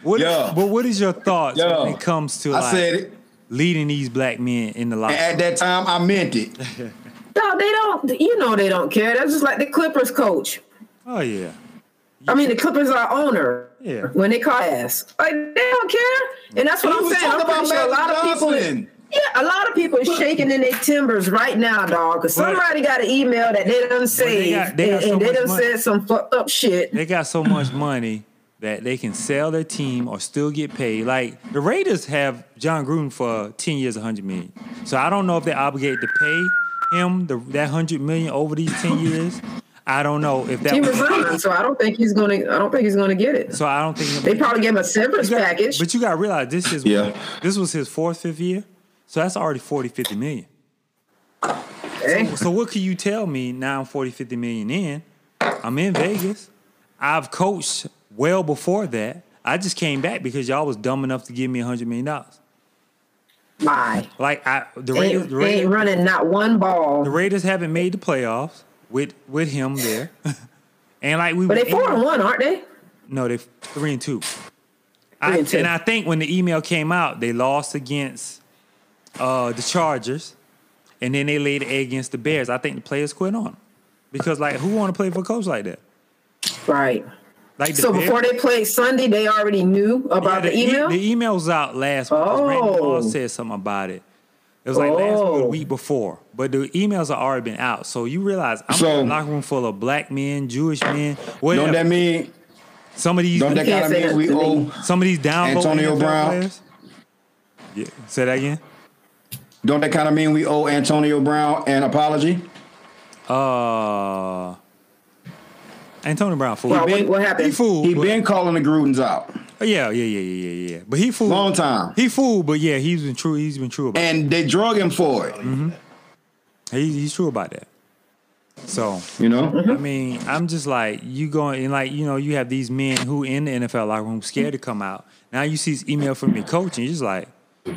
A: What,
C: Yeah.
A: But what is your thoughts
C: Yeah.
A: when it comes to
C: I
A: like,
C: said it.
A: leading these black men in the
C: And
A: life?
C: at that time, I meant it.
B: No, they don't. You know they don't care. That's just like the Clippers coach.
A: Oh yeah,
B: I mean, the Clippers are owner.
A: Yeah.
B: When they call ass, like they don't care, and that's what
C: He
B: I'm
C: was
B: saying.
C: talking
B: I'm pretty
C: about
B: sure a lot
C: Magic
B: of people.
C: Johnson.
B: Yeah, a lot of people is shaking in their timbers right now, dog. Because
A: But-
B: somebody got an email that they done saved,
A: got- they got
B: and,
A: so
B: and they
A: much
B: done
A: money.
B: said some fucked up shit.
A: they got so much money that they can sell their team or still get paid. Like the Raiders have John Gruden for ten years, hundred million. So I don't know if they're obligated to pay him the, that hundred million over these ten years. I don't know if that.
B: He
A: was-
B: resigned, so I don't think he's gonna. I don't think he's gonna get it.
A: so I don't think
B: They probably gave him a severance
A: You got-
B: package.
A: But you gotta realize this is
C: Yeah.
A: this was his fourth, fifth year. So that's already 40, 50 million.
B: eh?
A: So what can you tell me now I'm 40, 50 million in? I'm in Vegas. I've coached well before that. I just came back because y'all was dumb enough to give me hundred million dollars.
B: Why?
A: Like I the
B: They
A: Raiders,
B: ain't,
A: the
B: they ain't
A: Raiders,
B: running not one
A: the
B: ball,
A: Raiders haven't made the playoffs with with him there. <laughs> and like we
B: but
A: were
B: they four
A: in-
B: and one, aren't they?
A: No, they three and two. I,
B: and two.
A: I think when the email came out, they lost against uh, the Chargers, and then they laid an egg against the Bears. I think the players quit on them because, like, who want to play for a coach like that?
B: Right.
A: Like, the
B: So
A: Bears-
B: before they played Sunday, they already knew about
A: Yeah,
B: the, email.
A: E- the email was out last week. 'cause Randy Moss
B: Oh.
A: said something about it. It was like last week or the
B: Oh.
A: week before, but the emails have already been out. So you realize I'm
C: So-
A: in a locker room full of black men, Jewish men, whatever.
C: Don't that mean?
A: some of these,
C: Don't that
B: can't
C: kind of
B: say
C: mean
B: that
C: we
B: to me.
C: owe?
A: some of these down low
C: Antonio
A: NFL
C: Brown.
A: Players? Yeah, say that again.
C: Don't that kind of mean we owe Antonio Brown an apology?
A: Uh, Antonio Brown fooled.
B: Well, what,
C: been-
B: what
A: he
B: happened?
A: fooled.
C: He
A: but-
C: been calling the Grudens out,
A: yeah, yeah, yeah, yeah, yeah, yeah. But he fooled.
C: Long time.
A: He fooled, but yeah, he's been true. He's been true about.
C: and they drug him for it.
A: He, he's true about that. So
C: You know,
A: I mean, I'm just like you going and like you know you have these men who in the NFL locker room scared to come out. Now you see this email from your coach and you're just like,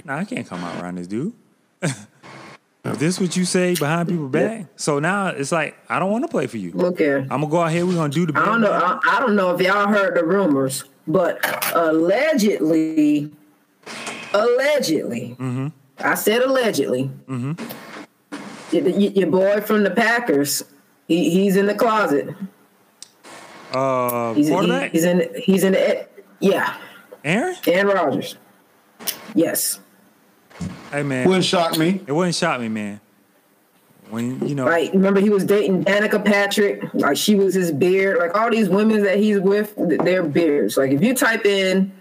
A: nah, I can't come out around this dude. <laughs> If this what you say behind people's back? So now it's like I don't want to play for you.
B: Look here.
A: I'm gonna go out here. We're gonna do the.
B: I don't know. I, I don't know if y'all heard the rumors, but allegedly, allegedly, I said allegedly. Your, your- your boy from the Packers, he, he's in the closet.
A: Uh,
B: He's, he-
A: quarterback
B: he's in. He's in the. Yeah,
A: Aaron.
B: Aaron Rodgers. Yes,
A: Hey man,
C: wouldn't shock me.
A: it wouldn't shock me, man. When you know,
B: like remember he was dating Danica Patrick. Like she was his beard. Like all these women that he's with, th- their beards. Like if you type in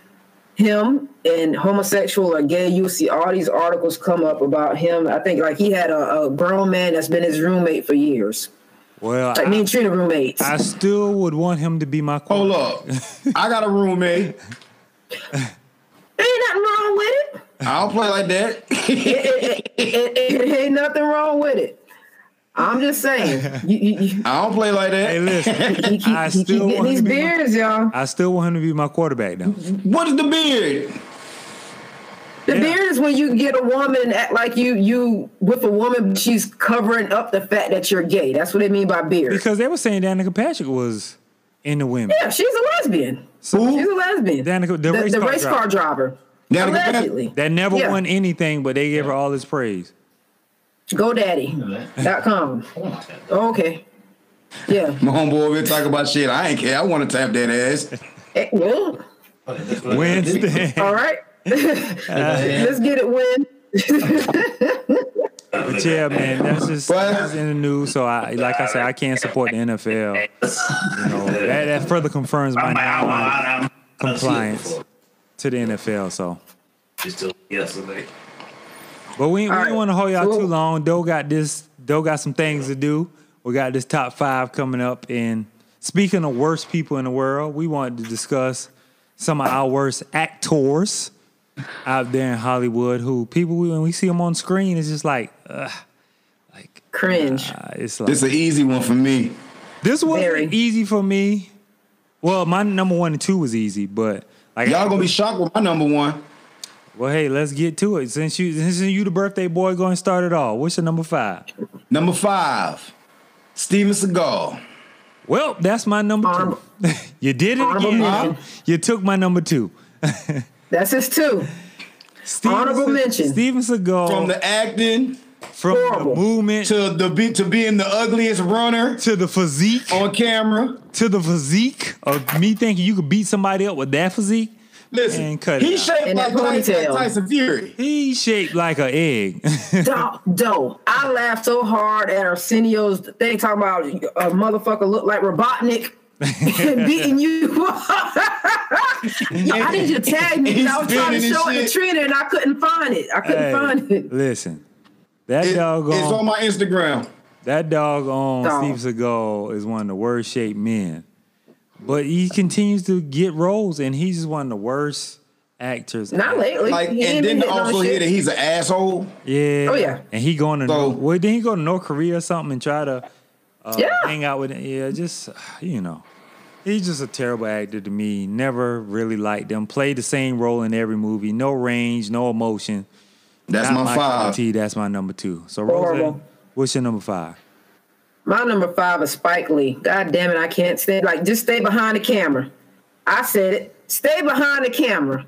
B: him and homosexual or gay, you'll see all these articles come up about him. I think like he had a, a grown man that's been his roommate for years.
A: well,
B: Like me
A: I,
B: and Trina roommates.
A: I still would want him to be my
C: Hold
A: quarterback. <laughs>
C: up, I got a roommate.
B: ain't nothing wrong with it.
C: I don't play like that.
B: It, it, it- it- it ain't nothing wrong with it. I'm just
A: <laughs>
B: saying. You, you, you,
C: I don't play like that.
A: Hey,
C: <laughs>
A: listen,
B: he keep,
A: I
B: he keep
A: still
B: getting
A: want
B: these
A: to be my-
B: beards, y'all.
A: I still want him to be my quarterback now.
C: What is the beard?
B: The
A: Yeah.
B: beard is when you get a woman and act like you you with a woman, but she's covering up the fact that you're gay. That's what they mean by beard.
A: Because they were saying Danica Patrick was in the women.
B: yeah, she's a lesbian. She's a
C: Who?
B: lesbian.
A: Danica- the race car
B: car driver.
C: Danica Pat-
B: Allegedly.
A: That never
B: Yeah.
A: won anything, but they gave her all this praise.
B: GoDaddy.com. okay. Yeah.
C: My homeboy over here talking about shit. I ain't care. I want to tap that ass.
B: Eh, Well,
A: Wednesday.
C: <laughs>
B: all right. <laughs>
A: Uh,
B: Let's get it win.
A: <laughs> But yeah, man, that's just
C: Well-
A: that's in the news. So I, like I said, I can't support the NFL. You know, that, that further confirms my non compliance to the NFL. So,
F: Still yesterday.
A: but we, we
B: All
A: don't
B: right.
A: want to hold y'all
B: Cool.
A: too long. Doe got this. Doe got some things to do. We got this top five coming up. And speaking of worst people in the world, we wanted to discuss some of our worst actors out there in Hollywood. Who people when we see them on screen, it's just like, ugh, like
B: Cringe.
A: uh, it's like
C: This an easy one for me.
A: This wasn't
B: Very.
A: easy for me. Well, my number one and two was easy, but like,
C: Y'all gonna be shocked with my number one.
A: well, hey, let's get to it. Since you, since you the birthday boy, go and start it all. What's your number five?
C: Number five, Steven Seagal.
A: Well, that's my number
B: Honorable-
A: two. <laughs> you did it
B: Honorable
A: again.
B: mention.
A: You took my number two.
B: That's his too.
A: Steven
B: Honorable
A: Se-
B: mention.
A: Steven Seagal
C: From
A: from the,
C: the acting
B: horrible.
A: movement to,
C: to the be, to being the ugliest runner
A: the physique
C: on camera.
A: to the physique of me thinking you could beat somebody up with that physique.
C: Listen,
A: And cut it
C: he
A: out.
C: shaped
B: And
C: like
B: that
C: Tyson,
B: ponytail.
C: Tyson Fury.
A: He shaped like an egg. <laughs>
B: Doe, doe. I laughed so hard at Arsenio's thing talking about a motherfucker look like Robotnik
C: <laughs>
B: and beating you. <laughs> I need you to tag me. I was trying to
C: He's spinning
B: show
C: and
B: it to
C: shit.
B: Trina and I couldn't find it. I couldn't
A: Hey,
B: find it.
A: Listen, that
C: It-
A: doggone.
C: it's on my Instagram.
A: That dog on
B: Dog.
A: Steve Seagal is one of the worst shaped men. But he continues to get roles, and he's just one of the worst actors.
B: Not lately.
C: Like,
B: He
C: and
B: ain't been
C: then
B: hitting on
C: also
B: shit.
C: hear that he's an asshole.
A: Yeah.
B: Oh, yeah.
A: And he going to
C: So-
A: North, well, did he go to North Korea or something and try to uh,
B: Yeah.
A: hang out with? Yeah, just you know, he's just a terrible actor to me. Never really liked him. Played the same role in every movie. No range, no emotion.
C: That's
A: Not
C: my
A: cup of
C: five.
A: tea, That's my number two. So
B: Horrible.
A: Rosa, what's your number five?
B: My number five is Spike Lee. God damn it, I can't stand like just stay behind the camera. I said it. Stay behind the camera.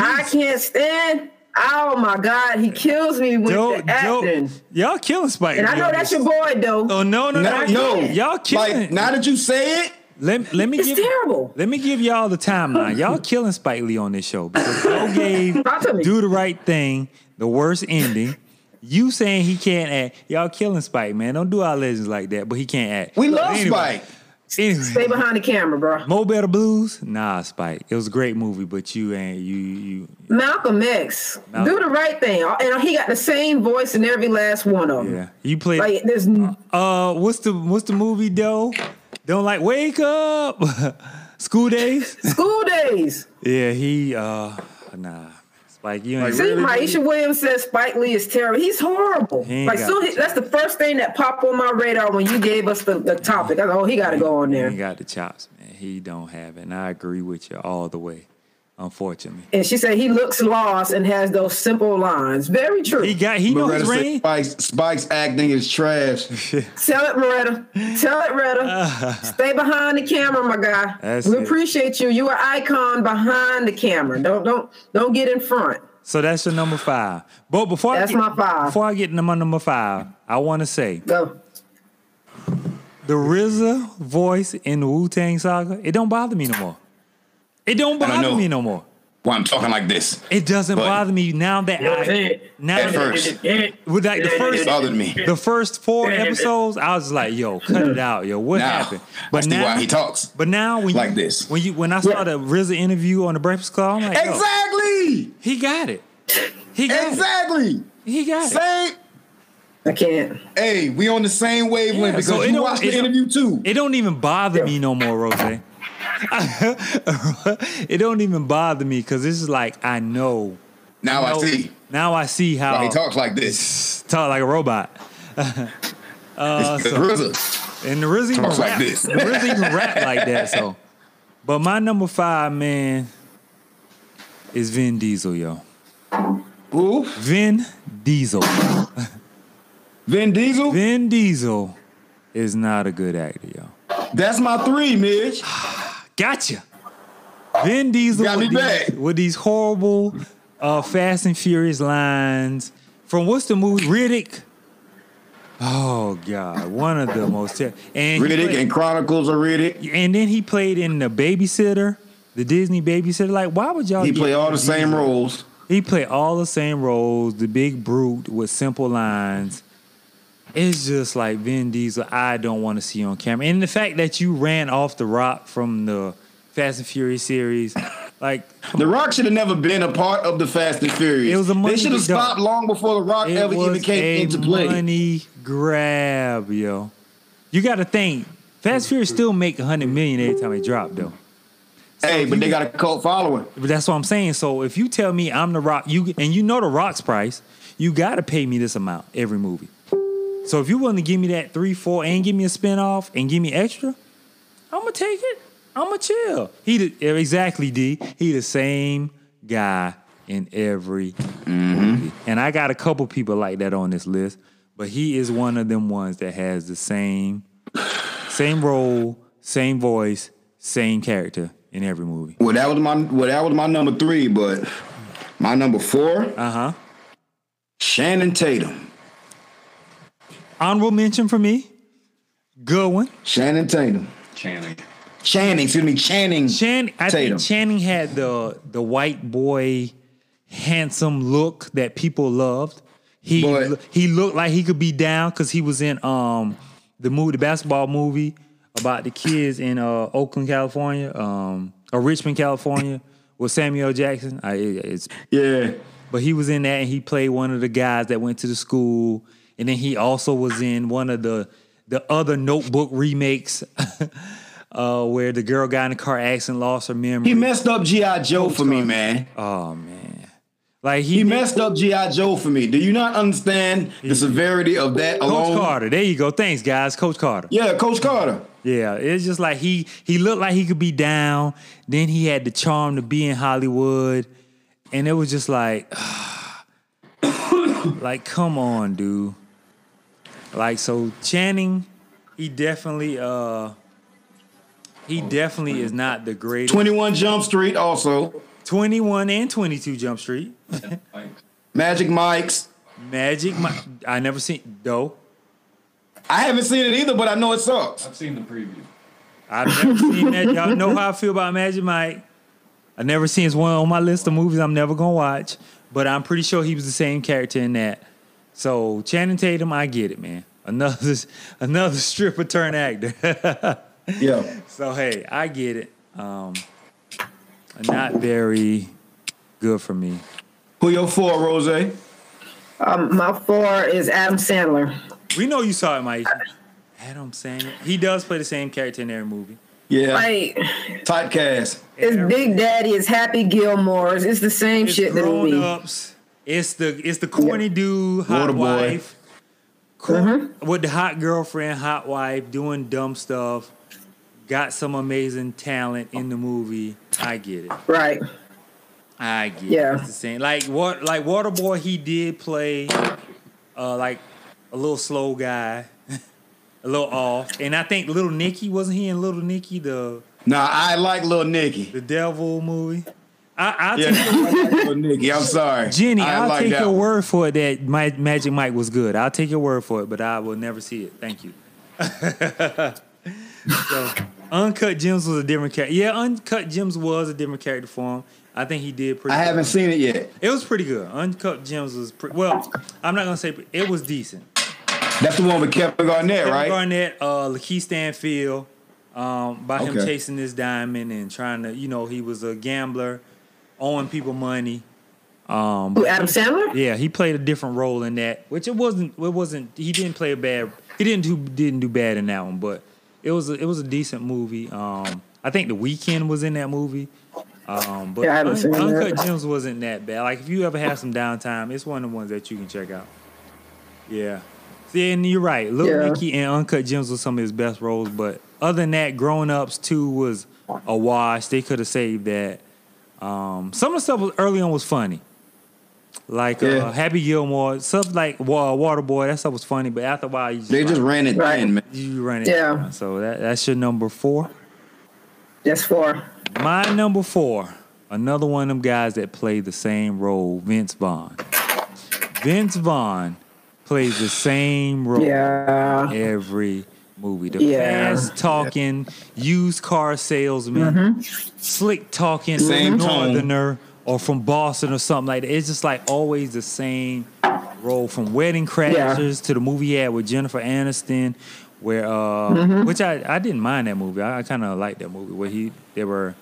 B: I can't stand. Oh my God, he kills me with
A: Yo,
B: the acting.
A: yo, y'all killing Spike.
B: And I
A: Lee
B: know
A: on
B: that's
A: this.
B: your boy though.
A: Oh no no no
C: No,
A: no!
C: no.
A: Y'all killing.
C: Like, now that you say it,
A: let, let me
B: It's
A: give
B: terrible.
A: Let me give y'all the timeline.
C: <laughs>
A: Y'all killing Spike Lee on this show because y'all gave
B: Talk to me.
A: do the right thing the worst ending. You saying he can't act? Y'all killing Spike, man. Don't do our legends like that. But he can't act.
C: we
A: But
C: love
A: anyway,
C: Spike.
B: Stay
A: Anyway,
B: behind the camera, bro.
A: Mo Better Blues. Nah, Spike. It was a great movie, but you ain't you you.
B: Malcolm X,
A: Malcolm.
B: do the right thing, and he got the same voice in every last one of them.
A: Yeah, you played.
B: Like there's
A: uh, what's the what's the movie though? Don't like wake up. <laughs> School
C: <laughs>
A: days.
B: school
A: <laughs>
B: days.
A: Yeah, he uh nah. Spike, you ain't
B: See, Maisha Williams says Spike Lee is terrible. He's horrible.
A: He ain't
B: like,
A: got
B: soon,
A: it.
B: he- that's the first thing that popped on my radar when you gave us the, the topic. I go, oh, he got to go on
A: he
B: there.
A: ain't got the chops, man. He don't have it. And I agree with you all the way, unfortunately.
B: And she said he looks lost and has those simple lines. Very true.
A: He got he knows
C: Loretta
A: his
C: said
A: range.
C: Spike's, Spike's acting is trash.
B: Tell it, Moretta. Tell
A: <laughs>
B: it, Retta. Stay behind the camera, my guy.
A: That's
B: we
A: it.
B: appreciate you. You are icon behind the camera. Don't don't don't get in front.
A: So that's your number five. But before
B: That's
A: I get,
B: my five.
A: Before I get to my number five, I want to say
B: Go.
A: the RZA voice in the Wu Tang Saga. It don't bother me no more. It don't
C: don't
A: bother
C: know.
A: me no more.
C: Why I'm talking like this.
A: It doesn't
C: But-
A: bother me now that I now
C: At
A: that-
C: first,
A: with like the
C: it
A: first
C: bothered me.
A: the first four episodes, I was like, "Yo, cut
C: <laughs>
A: it out, yo, what
C: Now,
A: happened?"
C: I see why he talks.
A: but now when you,
C: like this.
A: when you when I saw
B: Yeah.
A: the RZA interview on the Breakfast Club, I'm like, "Yo,
C: Exactly.
A: he got it, he got
C: Exactly.
A: it, he got it."
C: Same.
B: I can't.
C: Hey, we on the same wavelength
A: Yeah,
C: because
A: so it
C: you
A: don't-
C: watched
A: it
C: the
A: don't-
C: interview too.
A: It don't even bother me no more, Rose. <laughs> it don't even bother me because this is like I know.
C: now I
A: know-
C: see
A: Now I see how
C: why he talks like this.
A: talk like a robot.
C: It's <laughs> RZA.
A: And the RZA even
C: Talks like
A: rap,
C: this.
A: the RZA even rap like that. So, but my number five man is Vin Diesel, yo.
C: Who?
A: Vin Diesel.
C: Vin Diesel.
A: Vin Diesel is not a good actor, yo.
C: That's my three, Midge.
A: Gotcha. Vin Diesel
C: Got me
A: with,
C: back.
A: these, with these horrible uh, Fast and Furious lines from what's the movie Riddick? Oh God, one of the most ter- and he
C: Riddick
A: played-
C: and Chronicles of Riddick.
A: and then he played in the Babysitter the Disney babysitter. Like, why would y'all?
C: He
A: get
C: play all
A: with
C: the same
A: Disney?
C: roles.
A: He played all the same roles, the big brute with simple lines. It's just like Vin Diesel. I don't want to see on camera. And the fact that you ran off the rock from the Fast and Furious
C: <laughs>
A: series, like
C: The Rock should have never been a part of the Fast and Furious.
A: It was a money
C: They should have
A: big dog.
C: stopped long before The Rock
A: it
C: ever
A: was
C: even came
A: a
C: into play.
A: money grab, yo. You got to think. Fast and Furious still make hundred million every time they drop, though.
C: Hey, but they got a cult following.
A: But that's what I'm saying. So if you tell me I'm the rock, you and you know the rock's price, you gotta pay me this amount every movie. So if you're willing to give me that three, four, and give me a spinoff and give me extra, I'm gonna take it. I'm gonna chill. He the, yeah, exactly D. He the same guy in every movie, and I got a couple people like that on this list, but he is one of them ones that has the same, same role, same voice, same character in every movie.
C: Well, that was my well, that was my number three, but my number four,
A: Uh huh.
C: Shannon Tatum.
A: honorable mention for me. Good one.
C: Shannon Tatum.
F: Channing.
C: Channing, excuse me, Channing.
A: Chan, I
C: Tatum.
A: think Channing had the the white boy handsome look that people loved. He
C: But-
A: lo- he looked like he could be down because he was in um the movie, the basketball movie about the kids in uh, Oakland, California, um, or Richmond, California, with Samuel Jackson. I, it- it's
C: yeah.
A: But he was in that and he played one of the guys that went to the school. And then he also was in one of the the other notebook remakes <laughs> uh, where the girl got in a car accident, lost her memory.
C: He messed up G.I. Joe for me, man.
A: oh man. Like he,
C: He messed up G.I. Joe for me. Do you not understand the severity of that
A: Coach
C: alone?
A: Carter. There you go. Thanks, guys. Coach Carter.
C: Yeah, Coach Carter.
A: Yeah, it's just like he he looked like he could be down. Then he had the charm to be in Hollywood, and it was just like, <sighs> like come on, dude. Like so, Channing, he definitely uh, he definitely is not the greatest.
C: 21 Jump Street also.
A: Twenty one and twenty two Jump Street,
C: Magic Mike's.
A: Magic. Mi- I never seen though.
C: I haven't seen it either, but I know it sucks.
F: I've seen the preview.
A: I've never seen that. Y'all know how I feel about Magic Mike. I never seen it's one on my list of movies I'm never gonna watch, but I'm pretty sure he was the same character in that. So Channing Tatum, I get it, man. Another <laughs> another stripper turn actor. <laughs>
C: Yeah.
A: so hey, I get it. Um, not very good for me.
C: Who your four, Rose?
B: Um, my four is Adam Sandler.
A: We know you saw it, Mike. Adam Sandler. He does play the same character in every movie.
C: Yeah.
B: Like
C: Typecast.
B: it's Big Daddy, it's Happy Gilmore's, it's the same
A: it's
B: shit that
A: grown
B: we.
A: ups. It's the it's the corny dude, hot
C: Water boy.
A: wife, cor-
B: Mm-hmm.
A: with the hot girlfriend, hot wife, doing dumb stuff. Got some amazing talent in the movie. I get it.
B: Right.
A: I get
B: Yeah.
A: it. It's the same. Like what? Like Waterboy, he did play, uh, like a little slow guy, <laughs> a little off. And I think Little Nicky wasn't he in Little Nicky the
C: Nah, I like Lil Nicky.
A: the Devil movie? I I
C: Yeah,
A: take
C: I like Lil Nicky. I'm sorry.
A: Jenny,
C: I
A: I will
C: like
A: take
C: that
A: your
C: one.
A: word for it that my Magic Mike was good. I'll take your word for it, but I will never see it. Thank
C: <laughs>
A: you. so, Uncut Gems was a different character. Yeah, Uncut Gems was a different character for him. I think he did pretty.
C: I haven't
A: good.
C: seen it yet.
A: It was pretty good. Uncut Gems was pretty. Well, I'm not gonna say pre- it was decent.
C: That's the one with Kevin Garnett,
A: Kevin
C: right?
A: Garnett, uh, Lakeith Stanfield, um, by him
C: Okay.
A: chasing this diamond and trying to, you know, he was a gambler, owing people money. Um,
B: Who, Adam <laughs> Sandler?
A: Yeah, he played a different role in that, which it wasn't. It wasn't. He didn't play a bad. He didn't do didn't do bad in that one, but it was a, it was a decent movie. Um, I think The Weekend was in that movie. Um, but
B: Yeah, I haven't
A: Un-
B: seen that.
A: Uncut Gems wasn't that bad. Like if you ever have some downtime, it's one of the ones that you can check out. Yeah. See, and you're right. Lil
B: Yeah.
A: Nicky and Uncut Gems was some of his best roles, but other than that, Grown Ups Two was a wash. They could have saved that. Um, some of the stuff was, early on was funny, like
C: Yeah.
A: uh, Happy Gilmore, stuff like Wa- Waterboy. That stuff was funny, but after a while, you just,
C: They just
A: like,
C: ran it
B: Right.
C: thin, man.
A: you run it.
B: Yeah.
A: down. So that that's your number four.
B: That's four.
A: My number four, another one of them guys that play the same role, Vince Vaughn. Vince Vaughn plays the same role
B: Yeah.
A: every movie. The
B: Yeah.
A: fast talking used car salesman,
B: Mm-hmm.
A: slick talking
C: Same tone.
A: northerner or from Boston or something like that. It's just like always the same role from Wedding Crashers to the movie he had with Jennifer Aniston, where uh, which I, I didn't mind that movie. I, I kind of liked that movie where he they were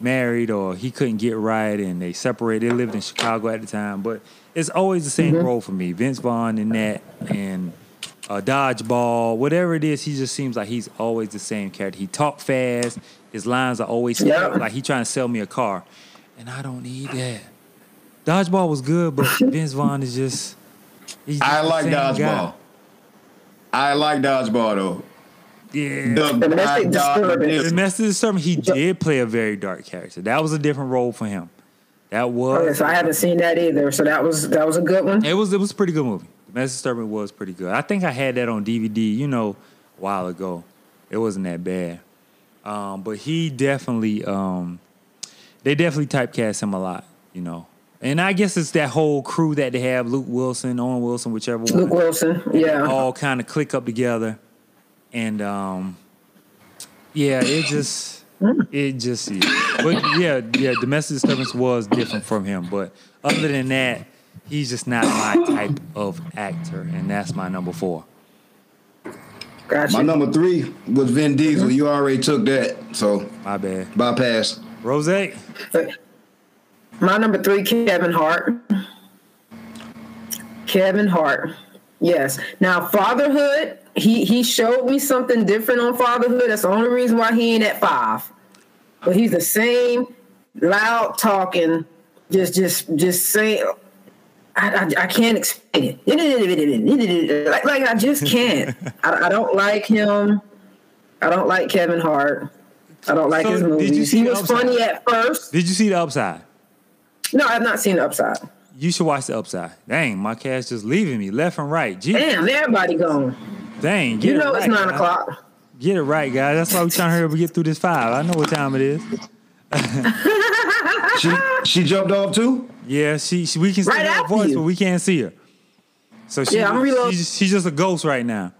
A: married or he couldn't get right and they separated. They lived in Chicago at the time, but it's always the same role for me. Vince Vaughn in that and uh, dodgeball, whatever it is, he just seems like he's always the same character. He talk fast. His lines are always
B: Yeah.
A: like he trying to sell me a car, and I don't need that. Dodgeball was good, but Vince Vaughn is just. he's just
C: I
A: the
C: like
A: same guy.
C: dodgeball. I like dodgeball though.
A: Yeah.
C: The-
B: Domestic
C: I dod-
B: disturbance.
A: The Master of the Serpent, he did play a very dark character. That was a different role for him. That
B: Okay,
A: was
B: so I haven't seen that either. So that was that was a good one.
A: it was it was a pretty good movie. The Master of the Serpent was pretty good. I think I had that on DVD, you know, a while ago. It wasn't that bad. Um, but he definitely um, they definitely typecast him a lot, you know. And I guess it's that whole crew that they have, Luke Wilson, Owen Wilson, whichever one.
B: Luke Wilson,
A: They
B: yeah.
A: all kind of click up together and um yeah it just
B: Mm.
A: it just yeah. but yeah yeah domestic disturbance was different from him but other than that he's just not my type of actor and that's my number four
C: My
B: Gotcha.
C: number three was Vin Diesel.
B: Mm-hmm.
C: You already took that, so
A: my bad
C: bypass.
A: rose
B: My number three, Kevin Hart. Kevin Hart. Yes. Now, fatherhood. He he showed me something different on fatherhood. That's the only reason why he ain't at five. But he's the same loud talking, just just just saying. I, I, I can't explain it. Like, like I just can't. I, I don't like him. I don't like Kevin Hart. I don't like
A: So,
B: his
A: did you
B: movies.
A: see
B: he
A: The
B: was
A: Upside?
B: funny at first.
A: did you see the upside
B: No, I've not seen the upside.
A: you should watch the upside dang my cat's just leaving me left and right Gee,
B: Damn, everybody gone.
A: dang get
B: You
A: it
B: know it's
A: right,
B: nine
A: guys.
B: o'clock.
A: Get it right, guys. That's why we're trying to hurry up and get through this five. I know what time it is.
B: <laughs>
C: She she jumped off too.
A: Yeah, she, she we can see
B: Right
A: her
B: after
A: voice,
B: you.
A: but we can't see her. So she,
B: Yeah, I'm reload-
A: she's, she's just a ghost right now.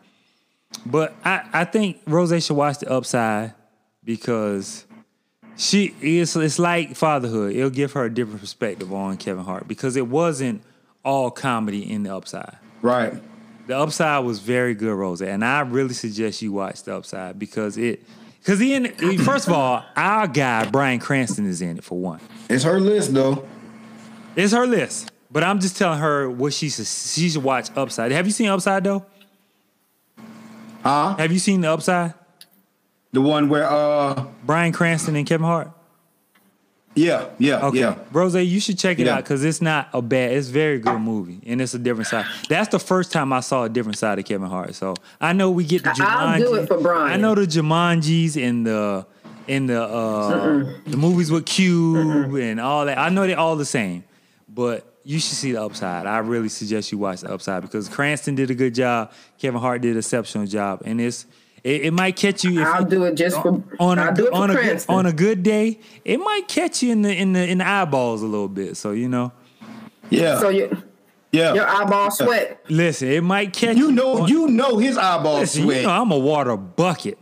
A: But I, I think Rose should watch the upside because she is it's like fatherhood. It'll give her a different perspective on Kevin Hart because it wasn't all comedy in the upside.
C: Right.
A: The Upside was very good, Rose, and I really suggest you watch The Upside because it, because he in. First of all, our guy Brian Cranston is in it for one.
C: It's her list though.
A: It's her list, but I'm just telling her what she should, she should watch. Upside. Have you seen Upside though?
C: Huh?
A: Have you seen The Upside?
C: The one where uh
A: Brian Cranston and Kevin Hart.
C: yeah yeah
A: Okay.
C: yeah.
A: Rose, you should check it
C: Yeah.
A: out because it's not a bad, it's a very good movie. And it's a different side. That's the first time I saw a different side of Kevin Hart. So I know we get the Jumanji.
B: I'll do it for Brian.
A: I know the Jumanjis and the and the uh the movies with Cube and all that. I know they're all the same. But you should see the upside. I really suggest you watch the upside because Cranston did a good job, Kevin Hart did an exceptional job, and it's it, it might catch you if
B: I'll do it just for
A: on
B: I'll
A: a,
B: do it for
A: on, a good,
B: Cranston.
A: on a good day, it might catch you in the in the in the eyeballs a little bit. So you know,
C: Yeah.
B: so you,
C: yeah.
B: your eyeball sweat.
A: listen, it might catch you.
C: you know
A: on-
C: you know his eyeball
A: listen,
C: sweat.
A: you know I'm a water bucket,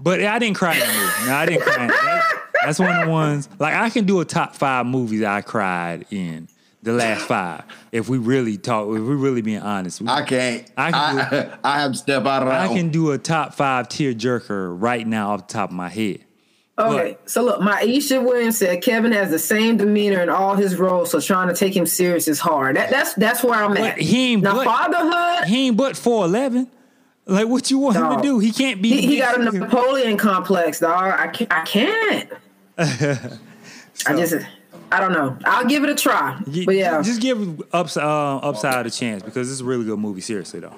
A: but I didn't cry. in the movie. No, I didn't cry. in- That's, that's one of the ones. Like I can do a top five movies I cried in the last five. If we really talk, if we really being honest, We-
C: I can't.
A: I
C: I
A: can
C: I, <laughs> I have to step out of that.
A: I
C: one.
A: can do a top five tear jerker right now off the top of my head.
B: Okay,
A: Look.
B: so look, Maisha Williams said Kevin has the same demeanor in all his roles, so trying to take him serious is hard. That, that's that's where I'm at.
A: But he ain't
B: now
A: but-
B: fatherhood.
A: He ain't but four eleven. Like what you want him to
B: Dog.
A: do? He can't be.
B: He, he got a
A: big figure.
B: Napoleon complex, dog. I can't.
A: <laughs>
B: I, can't. I just, I don't know. I'll give it a try.
A: Ye-
B: But yeah,
A: just give ups, uh, upside a chance because it's a really good movie. Seriously though,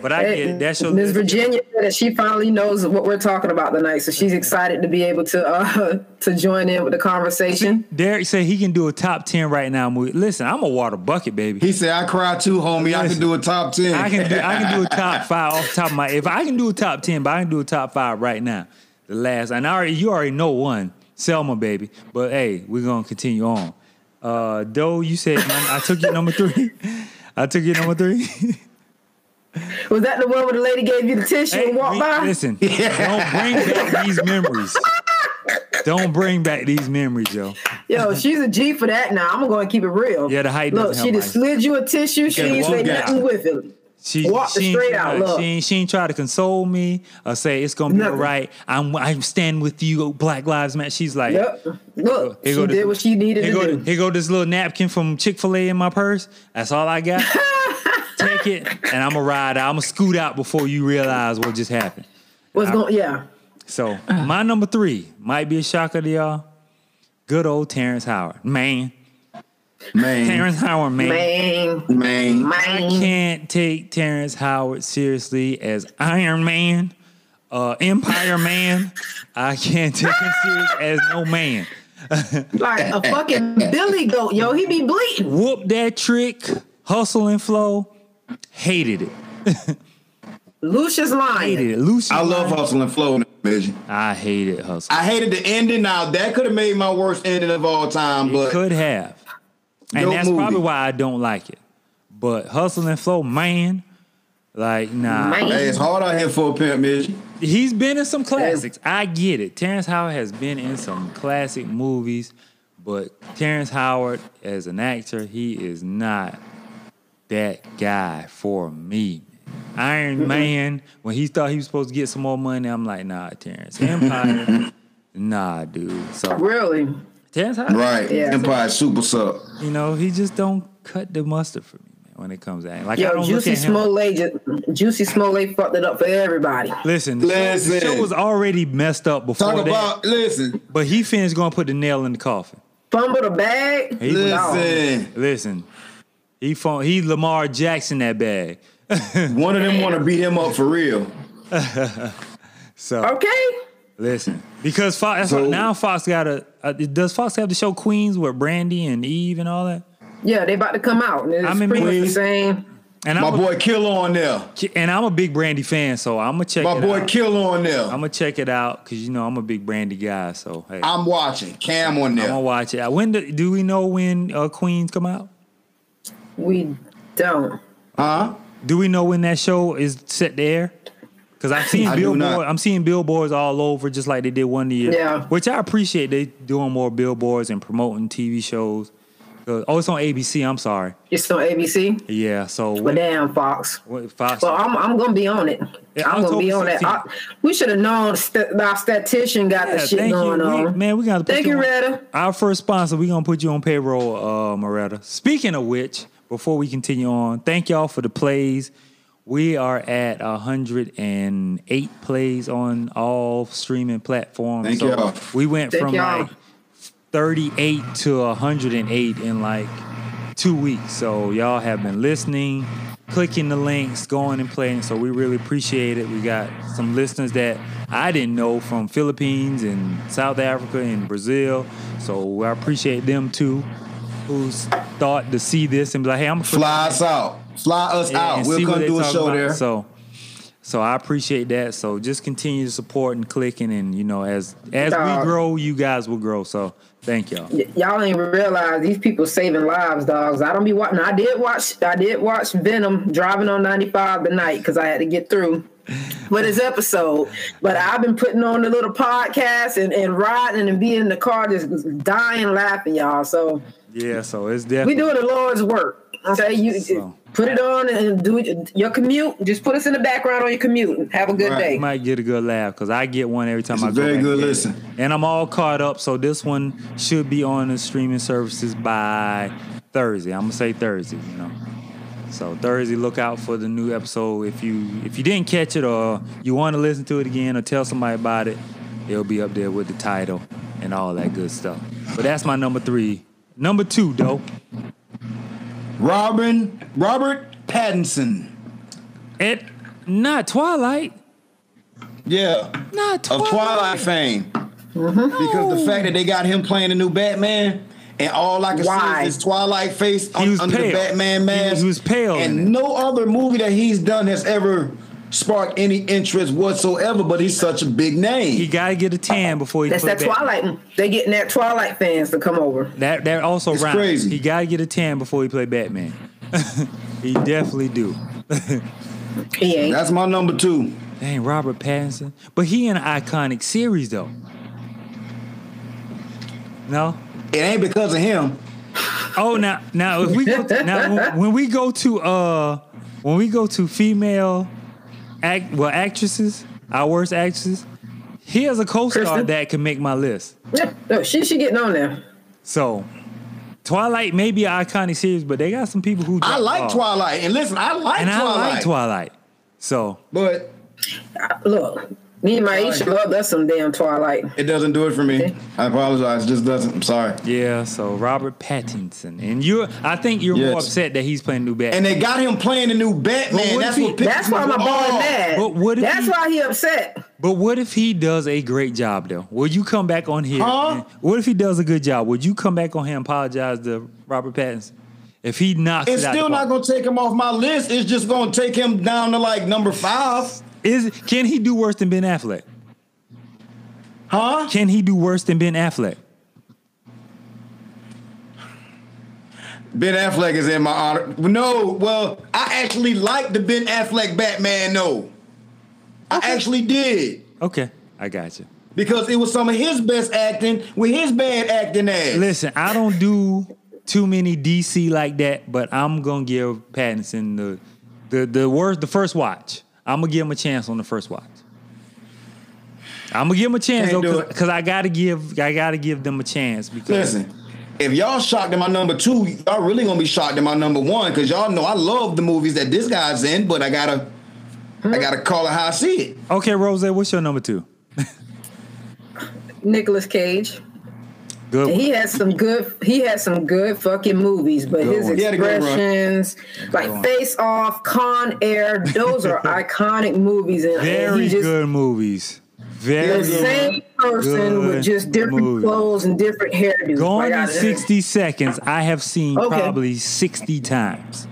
A: but I get it. that shows
B: Miss Virginia said that she finally knows what we're talking about tonight, so she's excited to be able to uh, <laughs> to join in with the conversation.
A: Derek said he can do a top ten right now movie. Listen, I'm a water bucket baby.
C: He said, "I cry too, homie. I can do a top ten.
A: I can do I can do a top five off the top of my. If I can do a top ten, but I can do a top five right now. The last, and I already you already know one, Selma baby. But hey, we're gonna continue on. <laughs> Uh, Doe, you said I took your number three. I took your number three.
B: Was that the one where the lady gave you the tissue
A: Hey,
B: and walked
A: we-
B: by?
A: Listen, don't bring back these memories. Don't bring back these memories, yo.
B: Yo, she's a G for that now. I'm going to keep it real.
A: Yeah, the height
B: Look,
A: doesn't
B: she
A: help
B: just slid you a tissue. She
C: Yeah,
B: didn't
C: walk
B: say
C: out.
B: nothing with it.
A: She
B: Walked
A: she ain't
B: straight
A: say
B: out,
A: nothing.
B: look.
A: She ain't, she ain't try to console me or say it's gonna be
B: Nothing.
A: all right. I'm I'm standing with you, oh, Black Lives Matter. She's like,
B: Yep. Look,
A: Here
B: she
A: go
B: did
A: this-
B: what she needed
A: here
B: to
A: go,
B: do.
A: Here go this little napkin from Chick Fil A in my purse. That's all I
B: <laughs>
A: got. Take it, and I'm gonna ride. I'm gonna scoot out before you realize what just happened.
B: What's going? Yeah.
A: So
B: Uh.
A: my number three might be a shocker to y'all. Good old Terrence Howard, man.
C: <laughs> Man,
A: Terrence Howard,
B: Bang,
C: man,
A: I
B: bang.
A: can't take Terrence Howard seriously as Iron Man, uh, Empire Man. I can't take him serious as no man.
B: Like a fucking billy goat, yo. He be bleeding.
A: Whoop that trick, hustle and flow. Hated it.
B: Lucius lying.
A: Hated it. Lucy.
C: I love
A: Lyon-
C: hustle and flow, bitch.
A: I hated hustle.
C: I hated the ending. Now that could have made my worst ending of all time,
A: it
C: but
A: could have, and
C: Dope
A: that's
C: movie.
A: probably why I don't like it. But hustle and flow, man. Like nah,
B: Man.
C: hey, it's hard out here for a pimp, bitch.
A: he's been in some classics. I get it. Terrence Howard has been in some classic movies, but Terrence Howard as an actor, he is not that guy for me. Iron Man, when he thought he was supposed to get some more money, I'm like, nah, Terrence.
C: <laughs>
A: Empire, nah, dude. So
B: Really?
A: Terrence Howard,
C: Right,
B: Yeah.
C: Empire Super Sub.
A: you know, he just don't cut the mustard for me, man, when it comes to acting. Like I
B: Yo,
A: don't
B: Juicy
A: look at him.
B: Smollett, ju- Juicy Smollett fucked it up for everybody.
A: Listen, the show- the show
C: Listen.
A: was already messed up before
C: Talk
A: that.
C: about listen,
A: but he finished gonna put the nail in the coffin.
B: Fumbled a bag.
A: He was-
C: listen.
A: Listen, he phone, he Lamar Jackson that bag.
C: One of them want to beat him up for real.
A: So
B: Okay.
A: listen, because Fox that's
C: So-
A: why now Fox got a uh, does Fox have the show Queens with Brandy and Eve and all that?
B: Yeah, they about to come out. And it's
A: I'm in
B: pretty much the
A: Queens.
B: same.
A: And
C: My
A: I'm
C: boy Kill on there.
A: a, and I'm a big Brandy fan, so I'm gonna check.
C: My
A: it
C: boy
A: out.
C: Kill on there.
A: I'm gonna check it out because you know I'm a big Brandy guy. So hey, I'm,
C: I'm watching Cam on
A: gonna
C: there.
A: watch it. When do, do we know when uh, Queens come out?
B: We don't.
C: Huh?
A: Do we know when that show is set to air? Because I've seen
C: I do
A: billboard,
C: not.
A: I'm seeing billboards all over, just like they did one year.
B: Yeah.
A: which I appreciate they doing more billboards and promoting TV shows. 'Cause- Oh, it's on ABC. I'm sorry.
B: It's on ABC.
A: Yeah. So
B: But
A: what,
B: damn, Fox.
A: what, Fox?
B: Well, I'm, I'm gonna be on it.
A: Yeah,
B: I'm gonna be on
A: October
B: it. I, we should have known st- our statistician got
A: Yeah,
B: the shit
A: thank
B: going
A: you, We-
B: on.
A: man. We gotta put
B: Thank you,
A: on-
B: Retta.
A: Our first sponsor. We gonna put you on payroll, uh, Moretta. Speaking of which, before we continue on, thank y'all for the plays. We are at 108 plays on all streaming platforms.
C: Thank y'all.
A: We went
B: Thank
A: from
B: y'all.
A: like 38 to 108 in like two weeks. So y'all have been listening, clicking the links, going and playing. So we really appreciate it. We got some listeners that I didn't know from Philippines and South Africa and Brazil. So I appreciate them too. Who's thought to see this and be like, hey, I'm gonna click
C: Fly us out. Fly us
A: yeah,
C: out.
A: and
C: We'll
A: see what
C: come
A: they
C: do a
A: talk
C: show
A: about.
C: there.
A: So, so I appreciate that. So just continue to support and clicking, and you know, as as
B: Dog.
A: we grow, you guys will grow. So thank y'all.
B: Y- y'all ain't realize these people saving lives, dogs. I don't be watching. I did watch. I did watch Venom driving on 95 tonight because I had to get through for this episode. But I've been putting on the little podcast and, and riding and being in the car, just dying laughing, y'all. So
A: Yeah. So it's
B: we
A: definitely
B: doing the Lord's work. Okay, you
A: So-
B: put it on and do it- your commute. Just put us in the background on your commute and have a good
C: Right.
B: day.
A: you might get a good laugh because I get one every time
C: It's
A: I
C: a
A: go
C: very
A: back
C: good
A: and get it.
C: listen.
A: And I'm all caught up, so this one should be on the streaming services by Thursday. I'm gonna say Thursday, you know. So Thursday, look out for the new episode. If you if you didn't catch it or you want to listen to it again or tell somebody about it, it'll be up there with the title and all that good stuff. But that's my number three. Number two, though,
C: Robin Robert Pattinson.
A: it not Twilight,
C: Yeah.
A: not
C: Of
A: Twilight.
C: Twilight fame. Because the fact that they got him playing the new Batman. And all I can
B: Why?
C: see is his Twilight face
A: He
C: un-
A: was
C: under the
A: pale.
C: Batman
A: He
C: mask.
A: was- he was pale in it.
C: And no other movie that he's done has ever sparked any interest whatsoever, but he's such a big name.
A: He gotta get a tan before he
B: That's
A: play
B: that
A: Batman.
B: Twilight. They getting that Twilight fans to come over.
A: That that also
C: It's
A: rhymes.
C: crazy.
A: <laughs> He gotta get a tan before he play Batman. he definitely do.
B: He ain't.
C: That's my number two.
A: Dang, Robert Pattinson. But he in an iconic series though. No?
C: It ain't because of him.
A: Oh now now if we go to, now when- when we go to uh when we go to female act well actresses, our worst actresses, here's a co-star
B: Kristen?
A: that can make my list.
B: Yeah, no, she she getting on there.
A: So Twilight may be an iconic series, but they got some people who
C: I
A: dropped
C: like
A: off.
C: Twilight, and listen, I like
A: And
C: Twilight.
A: I like Twilight. So
C: but
B: Look, me and Maisha love us some damn Twilight.
C: it doesn't do it for me. I apologize. It just doesn't. I'm sorry.
A: yeah, so Robert Pattinson. And you are I think you're more
C: Yes.
A: upset that he's playing New Batman.
C: And they got him playing the new
A: But
C: Batman.
A: what if
C: That's
A: he-
C: what pisses
B: That's why
C: me
B: my boy
C: off.
B: mad.
A: But what if
B: That's
A: he-
B: why he upset.
A: But what if he does a great job though? Will you come back on here?
C: Huh?
A: and- What if he does a good job? Would you come back on here and apologize to Robert Pattinson? If he knocks
C: It's
A: it out
C: still
A: the
C: not
A: park?
C: gonna take him off my list. It's just gonna take him down to like number five,
A: Is can he do worse than Ben Affleck?
C: huh?
A: Can he do worse than Ben Affleck?
C: Ben Affleck is in my honor. No, well, I actually like the Ben Affleck Batman. No, I actually did
A: Okay, I got you.
C: because it was some of his best acting with his bad acting ass.
A: Listen, I don't do too many DC like that, but I'm gonna give Pattinson the the the worst the first watch. I'm gonna give him a chance on the first watch. I'm gonna give him a chance
C: Can't do
A: though,
C: it.
A: because I gotta give I gotta give them a chance because
C: Listen, if y'all shocked at my number two, y'all really gonna be shocked at my number one because y'all know I love the movies that this guy's in, but I gotta, I gotta call it how I see it.
A: Okay, Rose, what's your number two?
B: Nicolas Cage.
A: Good.
B: And
A: one.
B: he had some good he had some good fucking movies, but
A: Good
B: his
A: one.
C: He had a good run.
B: expressions,
A: one.
B: like Face Off, Con Air,
A: <laughs>
B: those are iconic movies. And, and
A: Very
B: he just
A: good movies. Very
B: the
A: good.
B: same person
A: Good
B: with just different
A: movies.
B: clothes and different hairdos.
A: Gone
B: Like, I-
A: in 60 seconds, I have seen
B: Okay.
A: probably 60 times.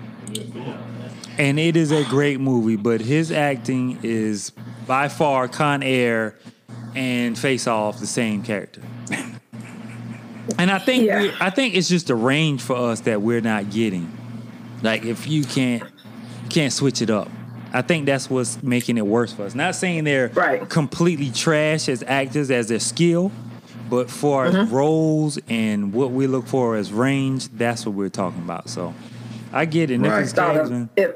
A: And it is a great movie, but his acting is by far Con Air and Face Off the same character. <laughs> And I think
B: Yeah.
A: we- I think it's just a range for us that we're not getting. Like if you can't you can't switch it up. I think that's what's making it worse for us. Not saying they're
B: Right.
A: completely trash as actors as their skill, but for
B: Mm-hmm.
A: as roles and what we look for as range, that's what we're talking about. So I get it. Nicholas
B: Dog,
A: Cage, man.
B: if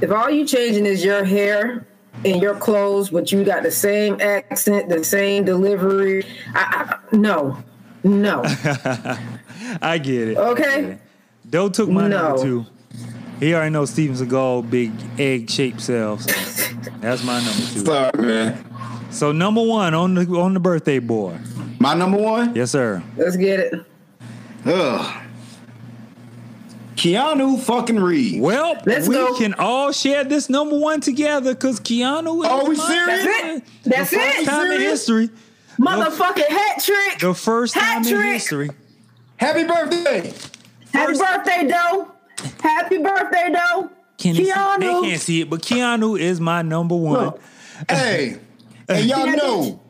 B: if all you changing is your hair and your clothes, but you got the same accent, the same delivery, I, I no, no.
A: <laughs> I get it.
B: Okay.
A: I get it. Doe took my number
B: No.
A: two. He already knows Steven Seagal big egg shaped self.
B: <laughs>
A: So that's my number two.
C: Sorry, man.
A: So number one on the on the birthday boy.
C: My number one,
A: Yes, sir.
B: Let's get it.
C: ugh, Keanu fucking Reeves.
A: Well,
B: Let's
A: we
B: go.
A: can all share this number one together because Keanu. Is
C: Are we
A: my-
C: serious?
B: That's it. That's
A: the first
B: it.
A: Time in
B: Serious?
A: history.
B: Motherfucking hat trick.
A: The first time in
B: Patrick.
A: history.
C: Happy birthday!
B: Happy birthday, Doe. Happy birthday, Doe.
A: Can you see- They can't
B: Keanu.
A: see it, but Keanu is my number one.
B: Look.
C: Hey, and y'all know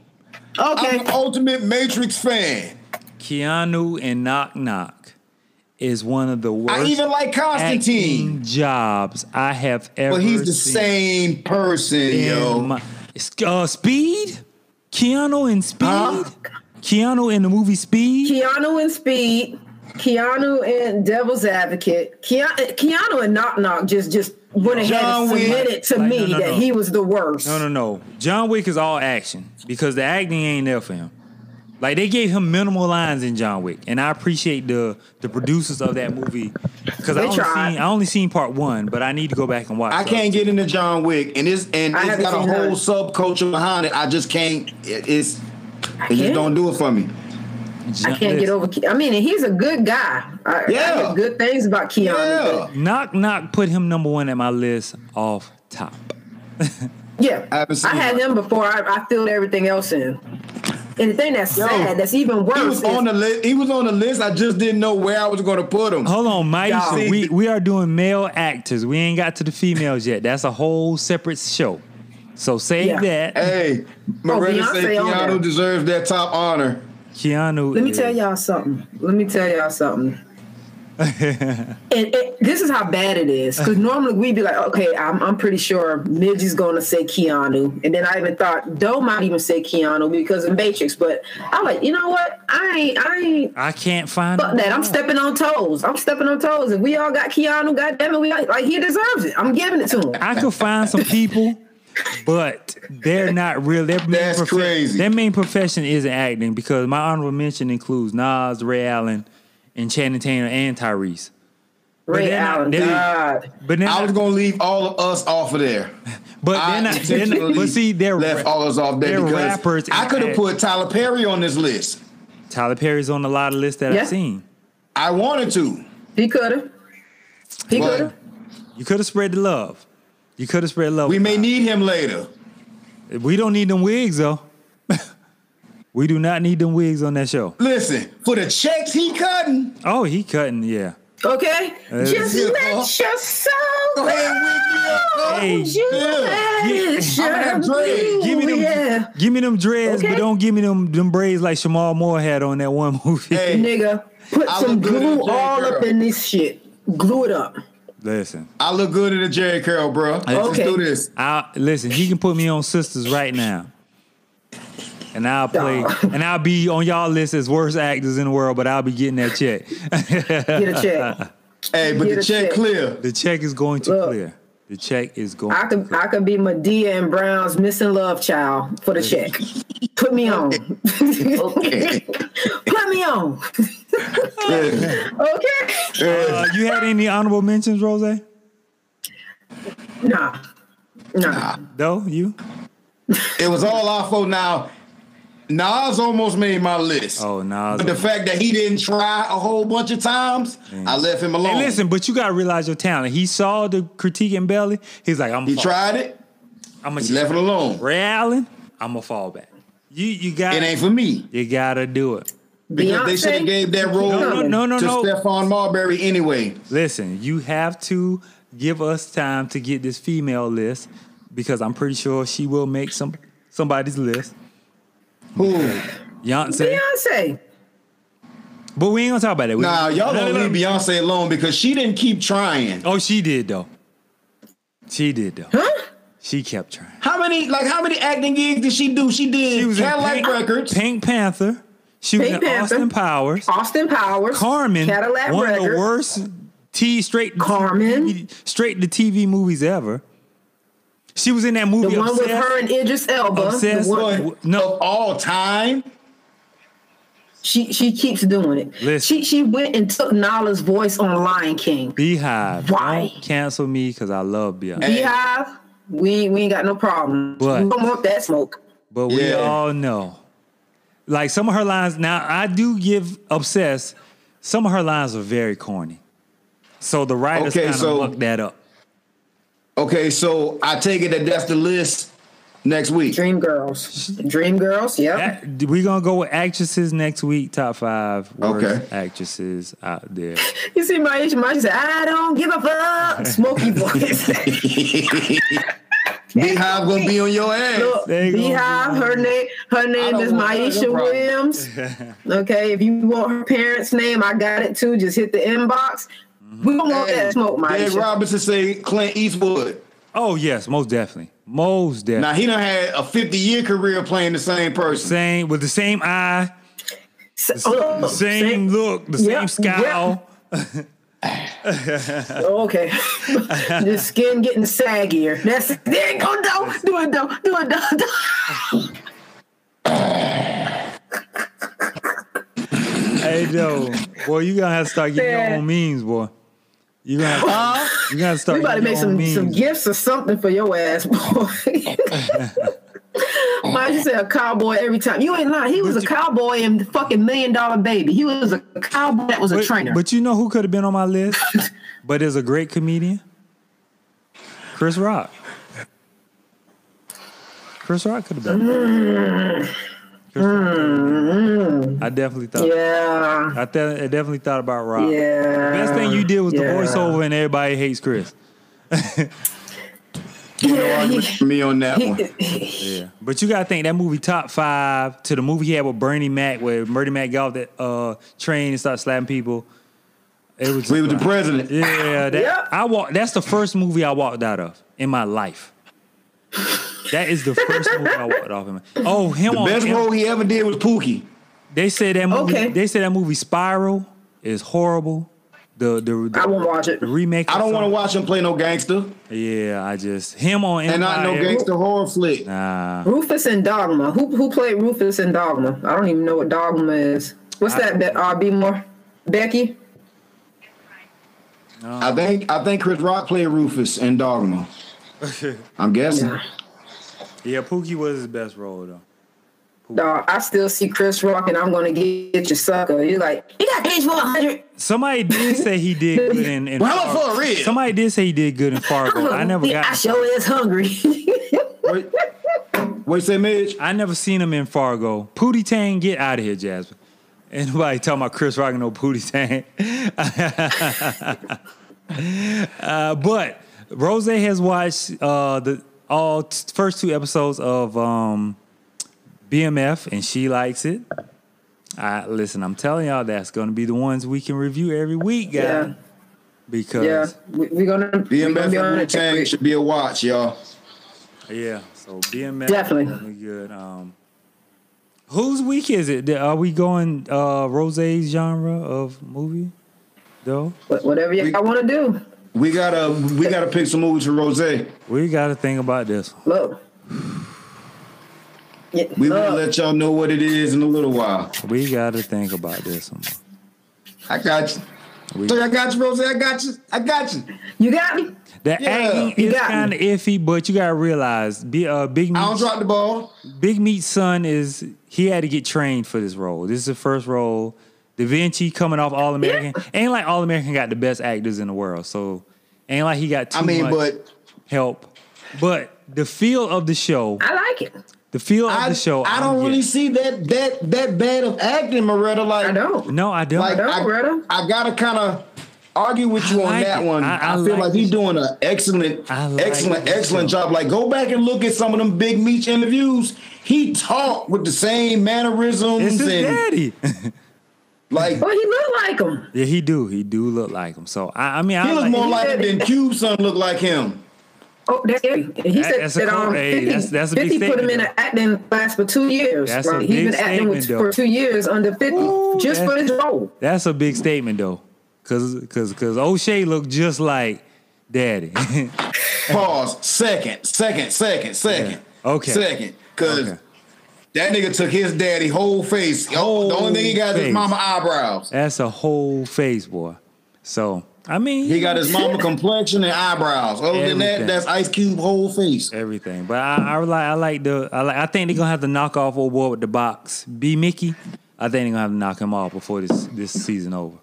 C: I'm
B: Okay.
C: an ultimate Matrix fan.
A: Keanu and Knock Knock is one of the worst.
C: I even like Constantine,
A: acting jobs I have ever.
C: but he's the
A: seen
C: same person,
A: in
C: yo.
A: my- uh, Speed, Keanu in Speed,
C: Huh?
A: Keanu in the movie Speed.
B: Keanu in Speed, Keanu in Devil's Advocate, Keanu, Keanu in Knock Knock just just went ahead
C: John
B: and
C: Wick.
B: submitted to
A: Like,
B: me
A: no, no,
B: that
A: no.
B: he was the worst.
A: No, no, no. John Wick is all action because the acting ain't there for him. Like they gave him minimal lines in John Wick, and I appreciate the the producers of that movie because I
B: They
A: only
B: tried.
A: seen I only seen part one, but I need to go back and watch.
C: I
A: the
C: can't
A: other
C: get into John Wick, and it's and
B: I
C: it's
B: haven't
C: got a
B: seen
C: whole
B: none.
C: subculture behind it. I just can't. It, it's it just
B: can't.
C: don't do it for me.
A: two.
B: I
A: John-
B: can't get
A: listen,
B: over. Ke- I mean, and he's a good guy. I,
C: Yeah.
B: I heard good things about Keanu.
C: Yeah,
B: but-
A: Knock Knock put him number one at my list off top.
B: yeah.
C: I
B: I,
C: haven't seen
B: had
C: him.
B: him before. I, I filled everything else in. And the thing that's sad, that's even worse.
C: he was
B: is-
C: on the list. He was on the list. I just didn't know where I was going to put him.
A: Hold on, Mike.
C: Y'all.
A: We we are doing male actors. We ain't got to the females yet. That's a whole separate show. So say
B: Yeah.
A: that
C: Hey, Miranda
B: Oh, Beyonce
C: said
B: on there.
C: Keanu deserves that top honor.
A: Keanu.
B: Let me
A: is-
C: <laughs>
B: tell y'all something. Let me tell y'all something. and it, this is how bad it is because normally we'd be like, okay, I'm, I'm pretty sure Midgey's going to say Keanu, and then I even thought Doe might even say Keanu because of Matrix, but I'm like, you know what? I ain't, I ain't.
A: I can't find
B: Fuck that! I'm stepping on toes. I'm stepping on toes. If we all got Keanu, goddamn it, we all, like he deserves it. I'm giving it to him.
A: I could find some people, but they're not real. Their main
C: That's crazy.
A: Their main profession isn't acting because my honorable mention includes Nas, Ray Allen, and Channing Tatum and Tyrese.
B: Ray
A: they're not-
B: Allen,
A: they're-
B: God,
A: But then,
C: I was gonna leave all of us off of there.
A: but
C: I
A: then, I, then
C: intentionally
A: but see, they're
C: left all of us off there
A: they're
C: because
A: rappers
C: I
A: and
C: could have
A: act-
C: put Tyler Perry on this list.
A: Tyler Perry's on a lot of lists that
B: Yeah.
A: I've seen.
C: I wanted to,
B: he could have. He could
C: but
B: have.
A: You could have spread the love. You could have spread love.
C: we may need him later.
A: We don't need them wigs though. <laughs> we do not need them wigs on that show.
C: Listen, for the checks he
B: <laughs>
C: cutting,
A: Oh, he cutting, yeah.
B: Okay, just
C: yeah.
B: let your soul
C: go ahead and wig me up. girl.
A: Hey,
B: You
C: yeah.
B: let
C: I'ma have
B: your
C: dread.
A: Give me them,
B: Oh, yeah.
A: give me them dreads,
B: Okay.
A: but don't give me them them braids like Shamal Moore had on that one movie.
C: Hey.
B: Nigga, put
C: I
B: some
C: look good in
B: glue
C: a J
B: all
C: girl.
B: up in this shit. Glue it up.
A: <laughs> Listen,
C: I look good in a Jerry curl, bro. Let's
B: Okay.
C: do this.
A: I listen. He can put me on sisters right now, and I'll play,
B: Dog.
A: and I'll be on y'all list as worst actors in the world, but I'll be getting that check.
B: Get a
C: <laughs>
B: check.
C: Hey, but
B: Get
C: the
B: a
C: check
B: check.
C: clear.
A: the check is going to
B: Look.
A: clear. The check is going.
B: I
A: to
B: could
A: clear.
B: I could be Medea and Brown's missing love child for the check. Put me on.
C: Okay.
B: <laughs> Put me on. Okay.
A: Uh, you had any honorable mentions, Rose?
B: Nah. Nah.
A: Though you?
C: It was all our fault. Now, Nas almost made my list.
A: Oh no.
C: But the fact that he didn't try a whole bunch of times, I left him alone.
A: Hey, listen, but you gotta realize your talent. He saw the critique in Belly. He's like, I'm.
C: he
A: fall-
C: tried it,
A: I'm
C: he left
A: gonna
C: it alone.
A: Ray Allen. I'm gonna fall back. You you got
C: It ain't for me
A: you gotta do it.
C: because they should have gave that role
A: No no no
C: to
A: no. no.
C: Stephon Marbury anyway.
A: Listen, you have to give us time to get this female list because I'm pretty sure she will make some somebody's list.
C: Who?
A: Beyonce,
B: Beyonce.
A: but we ain't gonna talk about that. We-
C: Nah, y'all
A: No,
C: don't
A: no, no.
C: leave Beyonce alone because she didn't keep trying.
A: Oh, she did though. She did though.
B: Huh?
A: She kept trying.
C: How many like how many acting gigs did she do? She did
A: She was in
C: Cadillac
A: Pink-
C: Records.
A: Pink Panther. She was
B: Pink
A: in
B: Panther.
A: Austin Powers.
B: Austin Powers.
A: Carmen,
B: Cadillac
A: one of the
B: Records.
A: worst T straight
B: Carmen.
A: straight to TV movies ever. She was in that movie.
B: The one with
A: Obsessed.
B: her and Idris Elba.
A: Obsessed.
B: The one-
A: w- no.
C: of all time.
B: She she keeps doing it.
A: Listen.
B: She she went and took Nala's voice on Lion King.
A: Beehive.
B: Why?
A: Don't cancel me because I love Beyonce.
C: Hey.
B: Beehive, we we ain't got no problem.
A: But-
B: we don't want that smoke.
A: But we
C: Yeah.
A: all know. Like some of her lines, now I do give Obsessed, some of her lines are very corny. So the writers
C: Okay,
A: kind of
C: so-
A: mucked that up.
C: Okay, so I take it that that's the list next week.
B: Dream girls. Dream girls, yep.
A: That- we gonna go with actresses next week. Top five worst
C: Okay.
A: actresses out there.
B: you see my age, my said, I don't give a fuck. Smoky voice.
C: Beehive gonna be on your ass.
B: Look,
A: They gonna
B: Beehive, her name her name
C: don't
B: is
C: want none of
B: Maisha
C: them problems.
B: Williams. Okay, if you want her parents' name, I got it too. Just hit the inbox. We don't want
C: Hey,
B: that smoke,
C: Dave
B: Maisha.
C: Robinson say Clint Eastwood.
A: Oh yes, most definitely, most definitely.
C: Now he done had a 50 year career playing the
A: <laughs>
C: same person.
A: Same with the same eye,
B: S- oh,
A: the same, look, the same
B: Yep,
A: scowl.
B: Okay. <laughs> the skin getting saggier. That's it. There you go, though. Do it, though. Do it, though. Do
A: Hey yo, boy, you gonna have to start getting your
B: Man.
A: own memes, boy. You gonna have to, you gotta start.
B: We about to
A: getting
B: make
A: your own
B: some,
A: memes.
B: some gifts or something for your ass, boy. Why you say a cowboy every time? You ain't lying. He was a cowboy and the fucking million dollar baby. He was a cowboy that was a
A: But,
B: trainer.
A: but you know who could have been on my
B: <laughs>
A: list, but is a great comedian, Chris Rock. Chris Rock could have been. Chris Rock could've been. I definitely thought.
B: yeah.
A: I, th- I definitely thought about Rock.
B: Yeah.
A: Best thing you did was the
B: Yeah.
A: voiceover, and everybody hates Chris.
B: Yeah, he-
C: For me on
B: <laughs>
C: that one.
A: Yeah, but you gotta think that movie top five to the movie he had with Bernie Mac, where Bernie Mac got off that uh, train and started slapping people. It was.
C: We were the
B: <laughs>
C: president.
A: Yeah, that,
B: Yep.
A: I walk. That's the first movie I walked out of in my life. That is the
B: <laughs>
A: first movie I walked off in. my- Oh, him
C: The
A: on
C: best
A: him-
C: role he ever did was Pookie.
A: They said that movie.
B: Okay.
A: They said that movie Spiral is horrible. The the, the
B: I won't watch it.
A: the remake.
C: I don't want to
A: to
C: watch him play no gangster
A: Yeah, I just him on
C: and not
A: Empire.
C: no gangster horror flick.
B: Rufus and Dogma. Who who played Rufus and Dogma? I don't even know what Dogma is. What's that? Be- uh, be more Becky.
C: I think I think Chris Rock played Rufus
A: <laughs>
C: in Dogma. I'm guessing.
A: Yeah, Pookie was his best role though.
B: Dog, I still see Chris Rock, and I'm gonna get, get your sucker. You're like, you got paid for a hundred.
A: Somebody did say he did good in, in
C: Well, I'm
A: Fargo.
C: for real.
A: Somebody did say he did good in Fargo.
B: <laughs>
A: I never
B: I
A: got.
B: sure is hungry.
C: Wait, wait, say Midge.
A: I never seen him in Fargo. Pootie Tang, get out of here, Jasper. Ain't nobody talking about Chris Rock and no Pootie Tang. <laughs> uh, but Rose has watched uh, the all t- first two episodes of um, BMF, and she likes it. I listen. I'm telling y'all, that's going to be the ones we can review every week, guys.
B: Yeah.
A: Because
B: yeah, we, we're gonna we gonna be
C: BMF
B: on
C: and Wu
B: it.
C: Tang should be a watch, y'all.
A: Yeah, so BMF
B: Definitely.
A: definitely good. Um, whose week is it? Are we going uh, Rose's genre of movie though?
B: Wh- Whatever you, I want to do.
C: We gotta we gotta pick some movies for Rose. We
A: We got to think about this. one.
B: Look. Yeah,
C: will
B: look.
C: let y'all know what it is in a little while.
A: We got to think about this. One.
C: I got you.
A: We-
C: So I got you, Rose. I got you. I got you.
B: you got me.
A: The
C: Yeah,
A: acting
B: you
A: is
B: got me.
A: kind of iffy, but you got to realize, be, uh, Big
C: I don't
A: Meat,
C: drop the ball.
A: Big Meat's son is he had to get trained for this role. This is the first role. Da Vinci coming off All American. Ain't like All American got the best actors in the world, so ain't like he got too
C: I mean,
A: much
C: but
A: help. But the feel of the show
B: I like it.
A: The feel
C: I,
A: of the show.
C: I
A: I'm
C: don't really
A: getting.
C: see that that that bad of acting, Moretta. Like
B: I don't.
A: No, I don't.
C: Like
B: don't,
C: I,
B: Greta.
C: I gotta kind of argue with you
A: I
C: on
A: like
C: that
A: it.
C: one.
A: I-
C: I,
A: I
C: feel
A: like
C: like
A: this.
C: he's doing an excellent,
A: I like
C: excellent,
A: this
C: excellent
A: show.
C: job. Like go back and look at some of them Big Meech interviews. He talked with the same
A: It's
C: mannerisms
A: his
C: and
A: daddy.
C: like
B: Well, he looked like him.
A: yeah, he do. He do look like him. So I, I mean, I
C: he looked
A: like,
C: more like
B: said
C: him than
B: it.
C: Cube's son looked like him.
B: Oh, that's scary. And He
A: That-
B: said
A: that's a
B: that
A: cool-
B: um,
A: hey,
B: 50,
A: that's- that's a big
B: 50 put him in
A: statement,
B: an acting class for two years.
A: That's a
B: Like, he's
A: big
B: been acting with,
A: statement,
B: for
A: though.
B: two years under 50
A: Ooh,
B: just
A: that-
B: for this role.
A: that's a big statement though, cause cause cause O'Shea looked just like daddy. <laughs>
C: Pause. Second. Second. Second. Second.
A: Yeah. Okay.
C: Second. Because
A: Okay.
C: that nigga took his daddy whole face. Oh, the
A: Whole
C: only thing he got is
A: face.
C: his mama eyebrows.
A: that's a whole face, boy. So I mean,
C: He got his mama complexion and eyebrows. Other than
A: Everything.
C: that, that's Ice Cube whole face.
A: everything. But I, I like I like the I like I think they're gonna have to knock off old boy with the box. B Mickey. I think they're gonna have to knock him off before this this season over.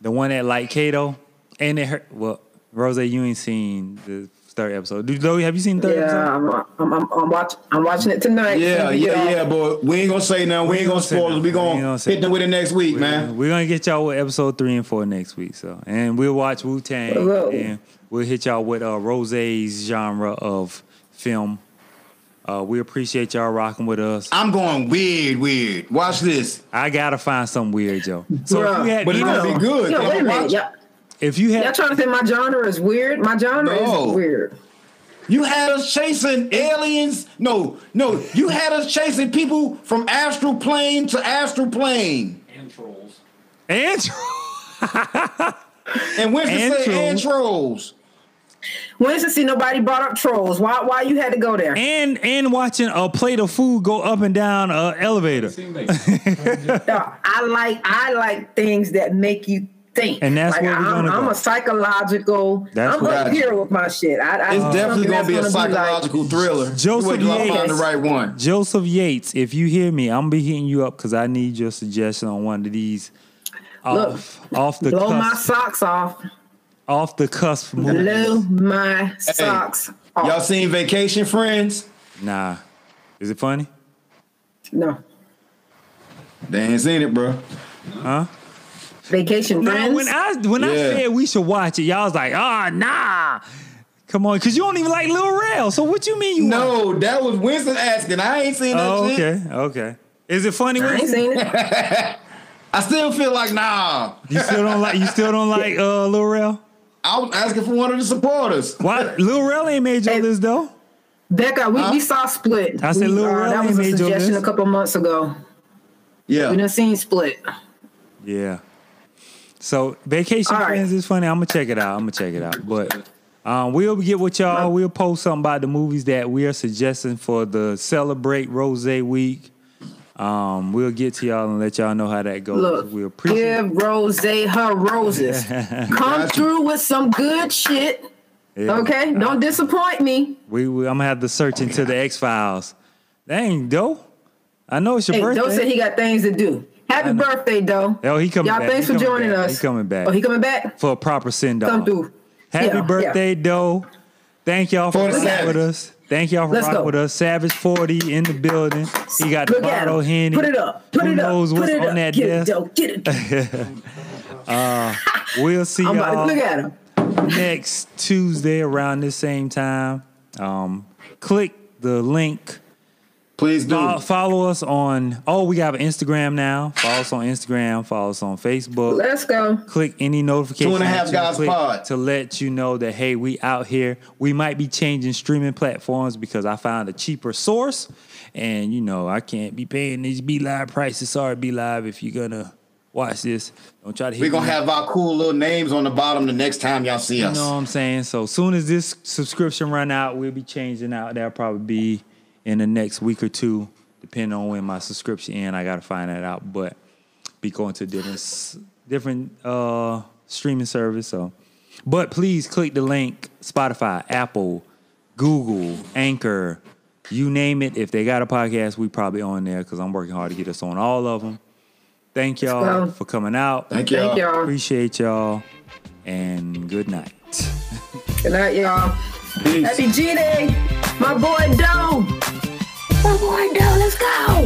A: The one that like Kato and it hurt. Well, Rose, you ain't seen the third episode. Do Chloe, have you seen the third episode?
B: Yeah, I'm, I'm, I'm, I'm, watch, I'm watching it tonight.
C: Yeah,
B: Maybe,
C: yeah,
B: uh,
C: yeah, but we ain't gonna say now. We ain't gonna
A: say
C: spoil it.
A: nothing.
C: We
A: We ain't
C: gonna
A: gonna say
C: hit them with it next week,
A: We're gonna-
C: man.
A: We're gonna get y'all with episode three and four next week. So, and we'll watch Wu Tang,
B: Hello.
A: and we'll hit y'all with uh, Rose's genre of film. Uh, we appreciate y'all rocking with us.
C: I'm going weird, weird. Watch this.
A: I gotta find something weird, Joe. So if
B: Bruh.
A: you had
C: But it's
A: any-
C: gonna be good.
B: Yo,
C: They
B: wait a
C: gonna
B: minute.
C: watch-
B: Y'all,
A: If you
B: y'all
A: had
B: trying to say my genre is weird? My genre
C: No.
B: is weird.
C: You had us chasing aliens. No, no, you had us chasing people from astral plane to astral plane.
F: And trolls.
A: intro,
C: And Winston
A: And
C: said
A: trolls.
C: and trolls.
B: When did see nobody brought up trolls? Why why you had to go there?
A: and and watching a plate of food go up and down a elevator,
F: Seem like I
B: No, I like I like things that make you think.
A: And that's
B: like,
A: where we're
B: I'm,
A: gonna
B: I'm
A: go.
B: a psychological.
A: That's
B: I'm
A: what I
B: up
C: do.
B: here with my shit. I, I,
C: It's
B: I'm
C: definitely
B: something
C: gonna be a
B: that's gonna
C: psychological thriller.
A: Joseph
C: you wait till I
A: Yates.
C: find the right one.
A: Joseph Yates. If you hear me, I'm gonna be hitting you up because I need your suggestion on one of these off off the
B: like, blow my
A: cusp,
B: socks off.
A: off the cusp
B: Blow
A: movies.
B: my socks off.
C: Y'all seen Vacation Friends?
A: Nah, is it funny?
B: no.
C: They ain't seen it, bro.
B: Vacation
A: No,
B: friends.
A: when I when I
C: Yeah.
A: said we should watch it, y'all was like, ah, nah. Come on, because you don't even like Lil Rel. So what you mean you want-
C: No, that was Winston asking. I ain't seen that
A: Oh,
C: shit.
A: okay, okay. Is it funny?
B: I
A: <laughs> Winston?
B: ain't seen it.
C: I still feel like nah.
A: You still don't like you still
B: <laughs>
A: don't like uh Lil Rel?
C: I was asking for one of the supporters.
A: Why Lil Rel ain't made your
B: Hey.
A: list though?
B: Becca, we, we saw Split.
A: I said
B: we, uh,
A: Lil Rel
B: that was
A: ain't
B: a
A: made your
B: suggestion a
A: list.
B: couple months ago. We
C: <laughs> Yeah.
B: done seen Split.
A: Yeah. So Vacation
B: All right.
A: Friends is funny. I'm gonna check it out. I'm gonna check it out. But um, we'll get with y'all. We'll post something about the movies that we are suggesting for the celebrate Rose Week. Um, we'll get to y'all and let y'all know how that goes.
B: Look,
A: we appreciate
B: give Rose her
A: <laughs>
B: roses. Come through with some good shit.
A: Yeah.
B: Okay, don't disappoint me.
A: We, we I'm gonna have to search into the X Files. Dang, Doe. I know it's your
B: Hey,
A: birthday.
B: Doe said he got things to do. Happy birthday, Doe.
A: Oh, he coming
B: Y'all,
A: back.
B: thanks
A: He
B: for
A: coming
B: joining
A: back.
B: us.
A: He coming back.
B: Oh, he coming back?
A: for a proper send off.
B: Come through.
A: Happy
B: Yeah, yeah.
A: birthday, Doe. Thank y'all for
C: Forty
A: rocking
C: Savage.
A: with us. Thank y'all for
B: Let's
A: rocking
B: go.
A: with us. Savage 40 in the building. He got the
B: Look at
A: bottle
B: him.
A: handy.
B: Put it up. Put
A: Who
B: it up.
A: knows
B: Put
A: what's
B: it
A: on
B: up.
A: that
B: Get it,
A: desk?
B: Doe. Get
A: <laughs>
B: it.
A: We'll see
B: I'm about
A: y'all
B: to look at him.
A: next Tuesday around this same time. Um, click the link.
C: Please do.
A: Fo- follow us on. Oh, we got an Instagram now. Follow us on Instagram. Follow us on Facebook.
B: Let's go.
A: click any notification
C: Two and a
A: that
C: half
A: you
C: guys
A: click
C: pod.
A: to let you know that hey we out here we might be changing streaming platforms because i found a cheaper source and you know i can't be paying these be live prices sorry be live if you're gonna watch this don't try to hit
C: We're gonna
A: me
C: have our cool little names on the bottom the next time y'all see
A: you
C: us.
A: know what I'm saying? So soon as this subscription run out, we'll be changing out. That'll probably be in the next week or two, depending on when my subscription end. I gotta find that out, but be going to different s- different uh, streaming service. So, but please click the link: Spotify, Apple, Google, Anchor, you name it. If they got a podcast, we probably on there because I'm working hard to get us on all of them. Thank y'all
B: go.
A: for coming out.
C: Thank y'all.
B: Thank y'all.
A: Appreciate y'all and good night.
B: Good night, y'all.
C: Peace.
B: Happy G Day. My boy Doe. My boy Doe. Let's go.